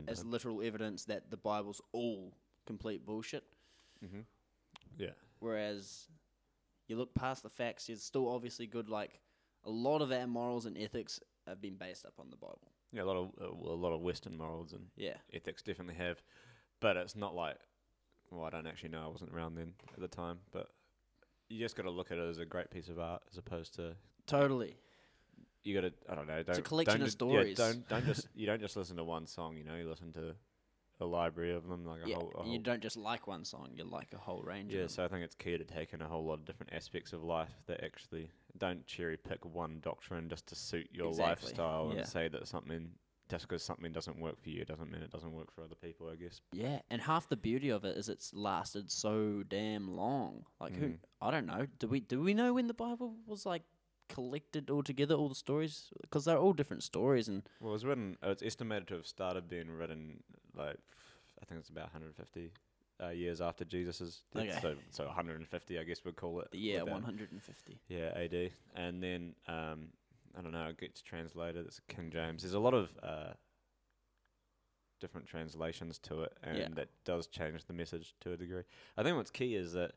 Speaker 1: as literal evidence that the Bible's all complete bullshit.
Speaker 2: mm-hmm. yeah,
Speaker 1: Whereas you look past the facts, there's still obviously good, like a lot of our morals and ethics have been based upon the Bible.
Speaker 2: yeah. A lot of uh, well, a lot of Western morals and
Speaker 1: Yeah.
Speaker 2: ethics definitely have, but it's not like well, I don't actually know. I wasn't around then at the time, but you just got to look at it as a great piece of art as opposed to
Speaker 1: Totally.
Speaker 2: you got to I don't know. Don't,
Speaker 1: collection
Speaker 2: don't
Speaker 1: of
Speaker 2: ju-
Speaker 1: stories.
Speaker 2: Yeah, don't don't
Speaker 1: *laughs*
Speaker 2: just you don't just listen to one song. You know, you listen to a library of them, like a
Speaker 1: yeah.
Speaker 2: whole. A
Speaker 1: You
Speaker 2: whole
Speaker 1: don't just like one song, you like a whole range
Speaker 2: yeah,
Speaker 1: of them.
Speaker 2: so I think it's key to taking a whole lot of different aspects of life that actually don't cherry pick one doctrine just to suit your
Speaker 1: Exactly,
Speaker 2: lifestyle
Speaker 1: yeah.
Speaker 2: and say that something just 'cause something doesn't work for you doesn't mean it doesn't work for other people. I guess.
Speaker 1: Yeah, and half the beauty of it is it's lasted so damn long. Like who
Speaker 2: Mm.
Speaker 1: I don't know. Do we do we know when the Bible was like collected all together, all the stories? Because they're all different stories, and
Speaker 2: Well, it was written. uh, It's estimated to have started being written like I think it's about 150 uh, years after Jesus's death.
Speaker 1: Okay.
Speaker 2: So, so 150, I guess we'd call it.
Speaker 1: the year
Speaker 2: without-
Speaker 1: 150.
Speaker 2: Yeah, AD. And then um, I don't know. It gets translated. It's King James. There's a lot of uh, different translations to it, and
Speaker 1: Yeah.
Speaker 2: that does change the message to a degree. I think what's key is that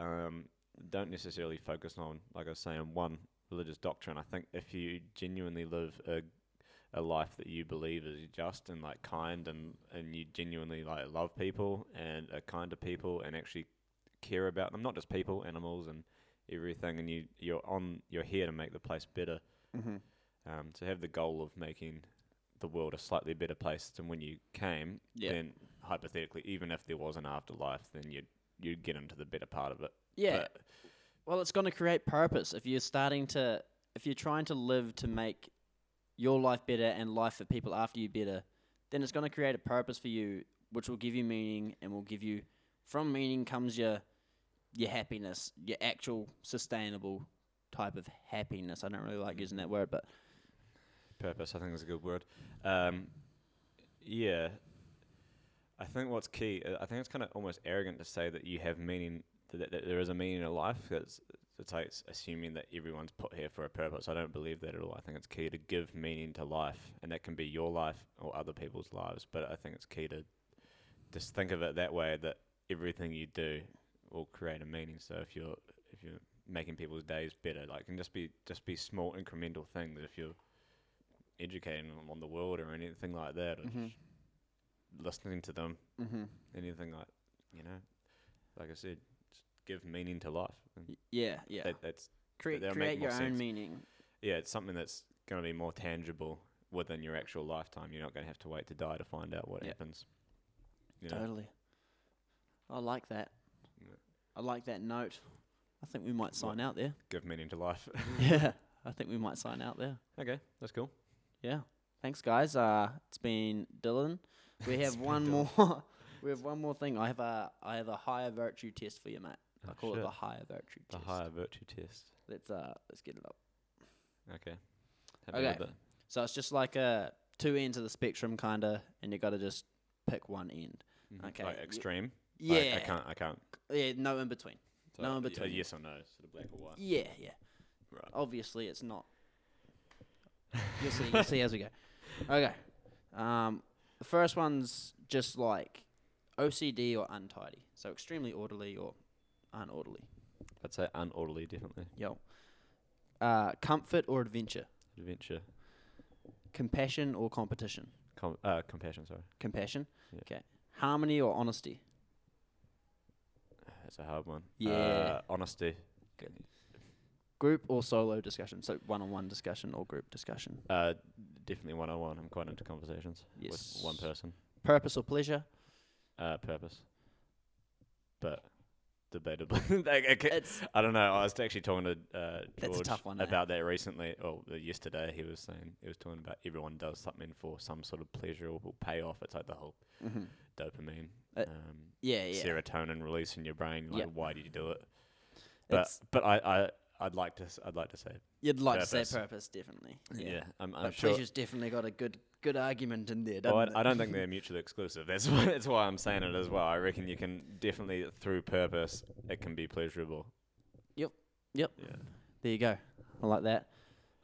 Speaker 2: um, don't necessarily focus on, like I was saying, one religious doctrine. I think if you genuinely live a a life that you believe is just and like kind and and you genuinely like love people and are kind to people and actually care about them, not just people, animals and everything. And you you're on you're here to make the place better.
Speaker 3: Mm-hmm.
Speaker 2: Um, to have the goal of making the world a slightly better place than when you came,
Speaker 1: Yeah.
Speaker 2: then hypothetically, even if there was an afterlife, then you'd you'd get into the better part of it.
Speaker 1: Yeah.
Speaker 2: But
Speaker 1: Well, it's going to create purpose if you're starting to if you're trying to live to make your life better and life for people after you better, then it's going to create a purpose for you which will give you meaning and will give you from meaning comes your your happiness, your actual sustainable type of happiness. I don't really like using that word, but
Speaker 2: purpose, I think, is a good word. Um, yeah, I think what's key. uh, I think it's kind of almost arrogant to say that you have meaning. That, that there is a meaning in life. 'cause It's, it's like it's assuming that everyone's put here for a purpose. I don't believe that at all. I think it's key to give meaning to life, and that can be your life or other people's lives. But I think it's key to just think of it that way. That everything you do will create a meaning. So if you're if you're making people's days better, like can just be just be small incremental things. If you're educating them on the world or anything like that, or
Speaker 3: Mhm.
Speaker 2: just listening to them,
Speaker 3: Mm-hmm.
Speaker 2: anything like you know, like I said, just give meaning to life. And
Speaker 1: y- yeah, yeah.
Speaker 2: that, that's
Speaker 1: Crea-
Speaker 2: that'll
Speaker 1: create
Speaker 2: make more
Speaker 1: your own
Speaker 2: sense.
Speaker 1: meaning.
Speaker 2: yeah, it's something that's going to be more tangible within your actual lifetime. You're not going to have to wait to die to find out what
Speaker 1: Yeah.
Speaker 2: happens. You know?
Speaker 1: Totally. I like that.
Speaker 2: Yeah.
Speaker 1: I like that note. I think we might sign out there.
Speaker 2: give meaning to life. *laughs*
Speaker 1: yeah, I think we might sign out there.
Speaker 2: okay, that's cool.
Speaker 1: Yeah. Thanks, guys. Uh, it's been Dylan. We have
Speaker 2: been
Speaker 1: one
Speaker 2: Dylan.
Speaker 1: more. *laughs* we have one more thing. I have a I have a higher virtue test for you, mate. I
Speaker 2: Oh,
Speaker 1: call it
Speaker 2: shit.
Speaker 1: the higher virtue
Speaker 2: the
Speaker 1: test.
Speaker 2: higher virtue test.
Speaker 1: Let's uh let's get it up.
Speaker 2: Okay. Happy with
Speaker 1: Okay.
Speaker 2: it.
Speaker 1: So it's just like uh two ends of the spectrum, kinda, and you got to just pick one end.
Speaker 2: Mhm.
Speaker 1: Mm-hmm. Okay,
Speaker 2: Like
Speaker 1: y-
Speaker 2: extreme.
Speaker 1: Yeah.
Speaker 2: Like, I can't. I can't.
Speaker 1: Yeah. No in between.
Speaker 2: So
Speaker 1: No in
Speaker 2: a- a
Speaker 1: between.
Speaker 2: yes or no, sort of black or white.
Speaker 1: Yeah. Yeah.
Speaker 2: Right.
Speaker 1: Obviously, it's not. You'll see. You'll see as we go. Okay. Um, the first one's just like OCD or untidy, so extremely orderly or unorderly.
Speaker 2: I'd say unorderly, definitely.
Speaker 1: Yo. Uh, comfort or adventure,
Speaker 2: Adventure.
Speaker 1: compassion or competition,
Speaker 2: Com- uh, compassion, sorry.
Speaker 1: compassion.
Speaker 2: Yeah.
Speaker 1: Okay. Harmony or honesty.
Speaker 2: That's a hard one.
Speaker 1: Yeah.
Speaker 2: Uh, honesty.
Speaker 1: Group or solo discussion, so one-on-one discussion or group discussion.
Speaker 2: Uh, definitely one on one. I'm quite into conversations with one
Speaker 1: Yes.
Speaker 2: person.
Speaker 1: Purpose or pleasure.
Speaker 2: Uh, purpose. But debatably, *laughs* like, I ca-
Speaker 1: It's
Speaker 2: I don't know. I was actually talking to uh, George
Speaker 1: That's a tough one, eh?
Speaker 2: about that recently. Or uh, yesterday, he was saying he was talking about everyone does something for some sort of pleasurable payoff. It's like the whole
Speaker 3: Mm-hmm.
Speaker 2: dopamine,
Speaker 1: Uh,
Speaker 2: um,
Speaker 1: yeah, yeah.
Speaker 2: serotonin release in your brain. Like,
Speaker 1: Yeah.
Speaker 2: why do you do it? But
Speaker 1: It's-
Speaker 2: but I, I I'd like to s- I'd like to say
Speaker 1: You'd like to
Speaker 2: purpose.
Speaker 1: say purpose, definitely.
Speaker 2: yeah. I'm, I'm
Speaker 1: But
Speaker 2: sure.
Speaker 1: pleasure's definitely got a good good argument in there.
Speaker 2: Well,
Speaker 1: doesn't
Speaker 2: I, I
Speaker 1: it?
Speaker 2: don't think they're mutually exclusive. That's *laughs* why, that's why I'm saying it as well. I reckon you can definitely, through purpose, it can be pleasurable.
Speaker 1: Yep.
Speaker 2: Yeah.
Speaker 1: *laughs* There you go. I like that.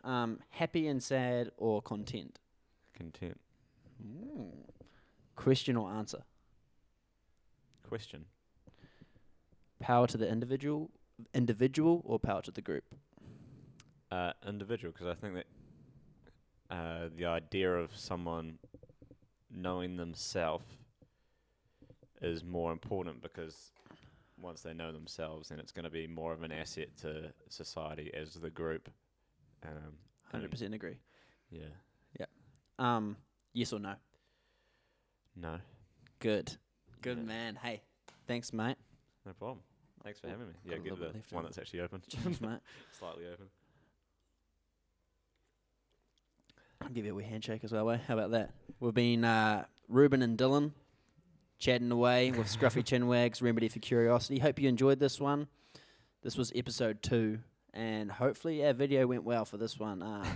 Speaker 1: Um, happy and sad or content.
Speaker 2: Content. Mm.
Speaker 1: Question or answer.
Speaker 2: Question.
Speaker 1: Power to the individual, individual or power to the group.
Speaker 2: Uh, individual, because I think that uh, the idea of someone knowing themselves is more important because once they know themselves, then it's going to be more of an asset to society as the group. Um, I mean,
Speaker 1: Hundred percent agree.
Speaker 2: yeah.
Speaker 1: Um, yes or no.
Speaker 2: No.
Speaker 1: Good. Good
Speaker 2: Yeah.
Speaker 1: man. Hey, thanks, mate.
Speaker 2: No problem. Thanks for having me.
Speaker 1: Got
Speaker 2: Yeah,
Speaker 1: a
Speaker 2: get
Speaker 1: little bit
Speaker 2: the
Speaker 1: left
Speaker 2: one
Speaker 1: over.
Speaker 2: that's actually open.
Speaker 1: Cheers,
Speaker 2: *laughs*
Speaker 1: mate.
Speaker 2: Slightly open.
Speaker 1: I'll give you a wee handshake as well. eh? How about that? We've been uh, Ruben and Dylan chatting away with Scruffy Chinwags Remedy for Curiosity. Hope you enjoyed this one. This was episode two, and hopefully our video went well for this one. Uh,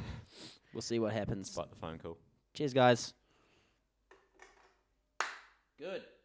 Speaker 1: we'll see what happens.
Speaker 2: Despite the phone call.
Speaker 1: Cheers, guys. Good.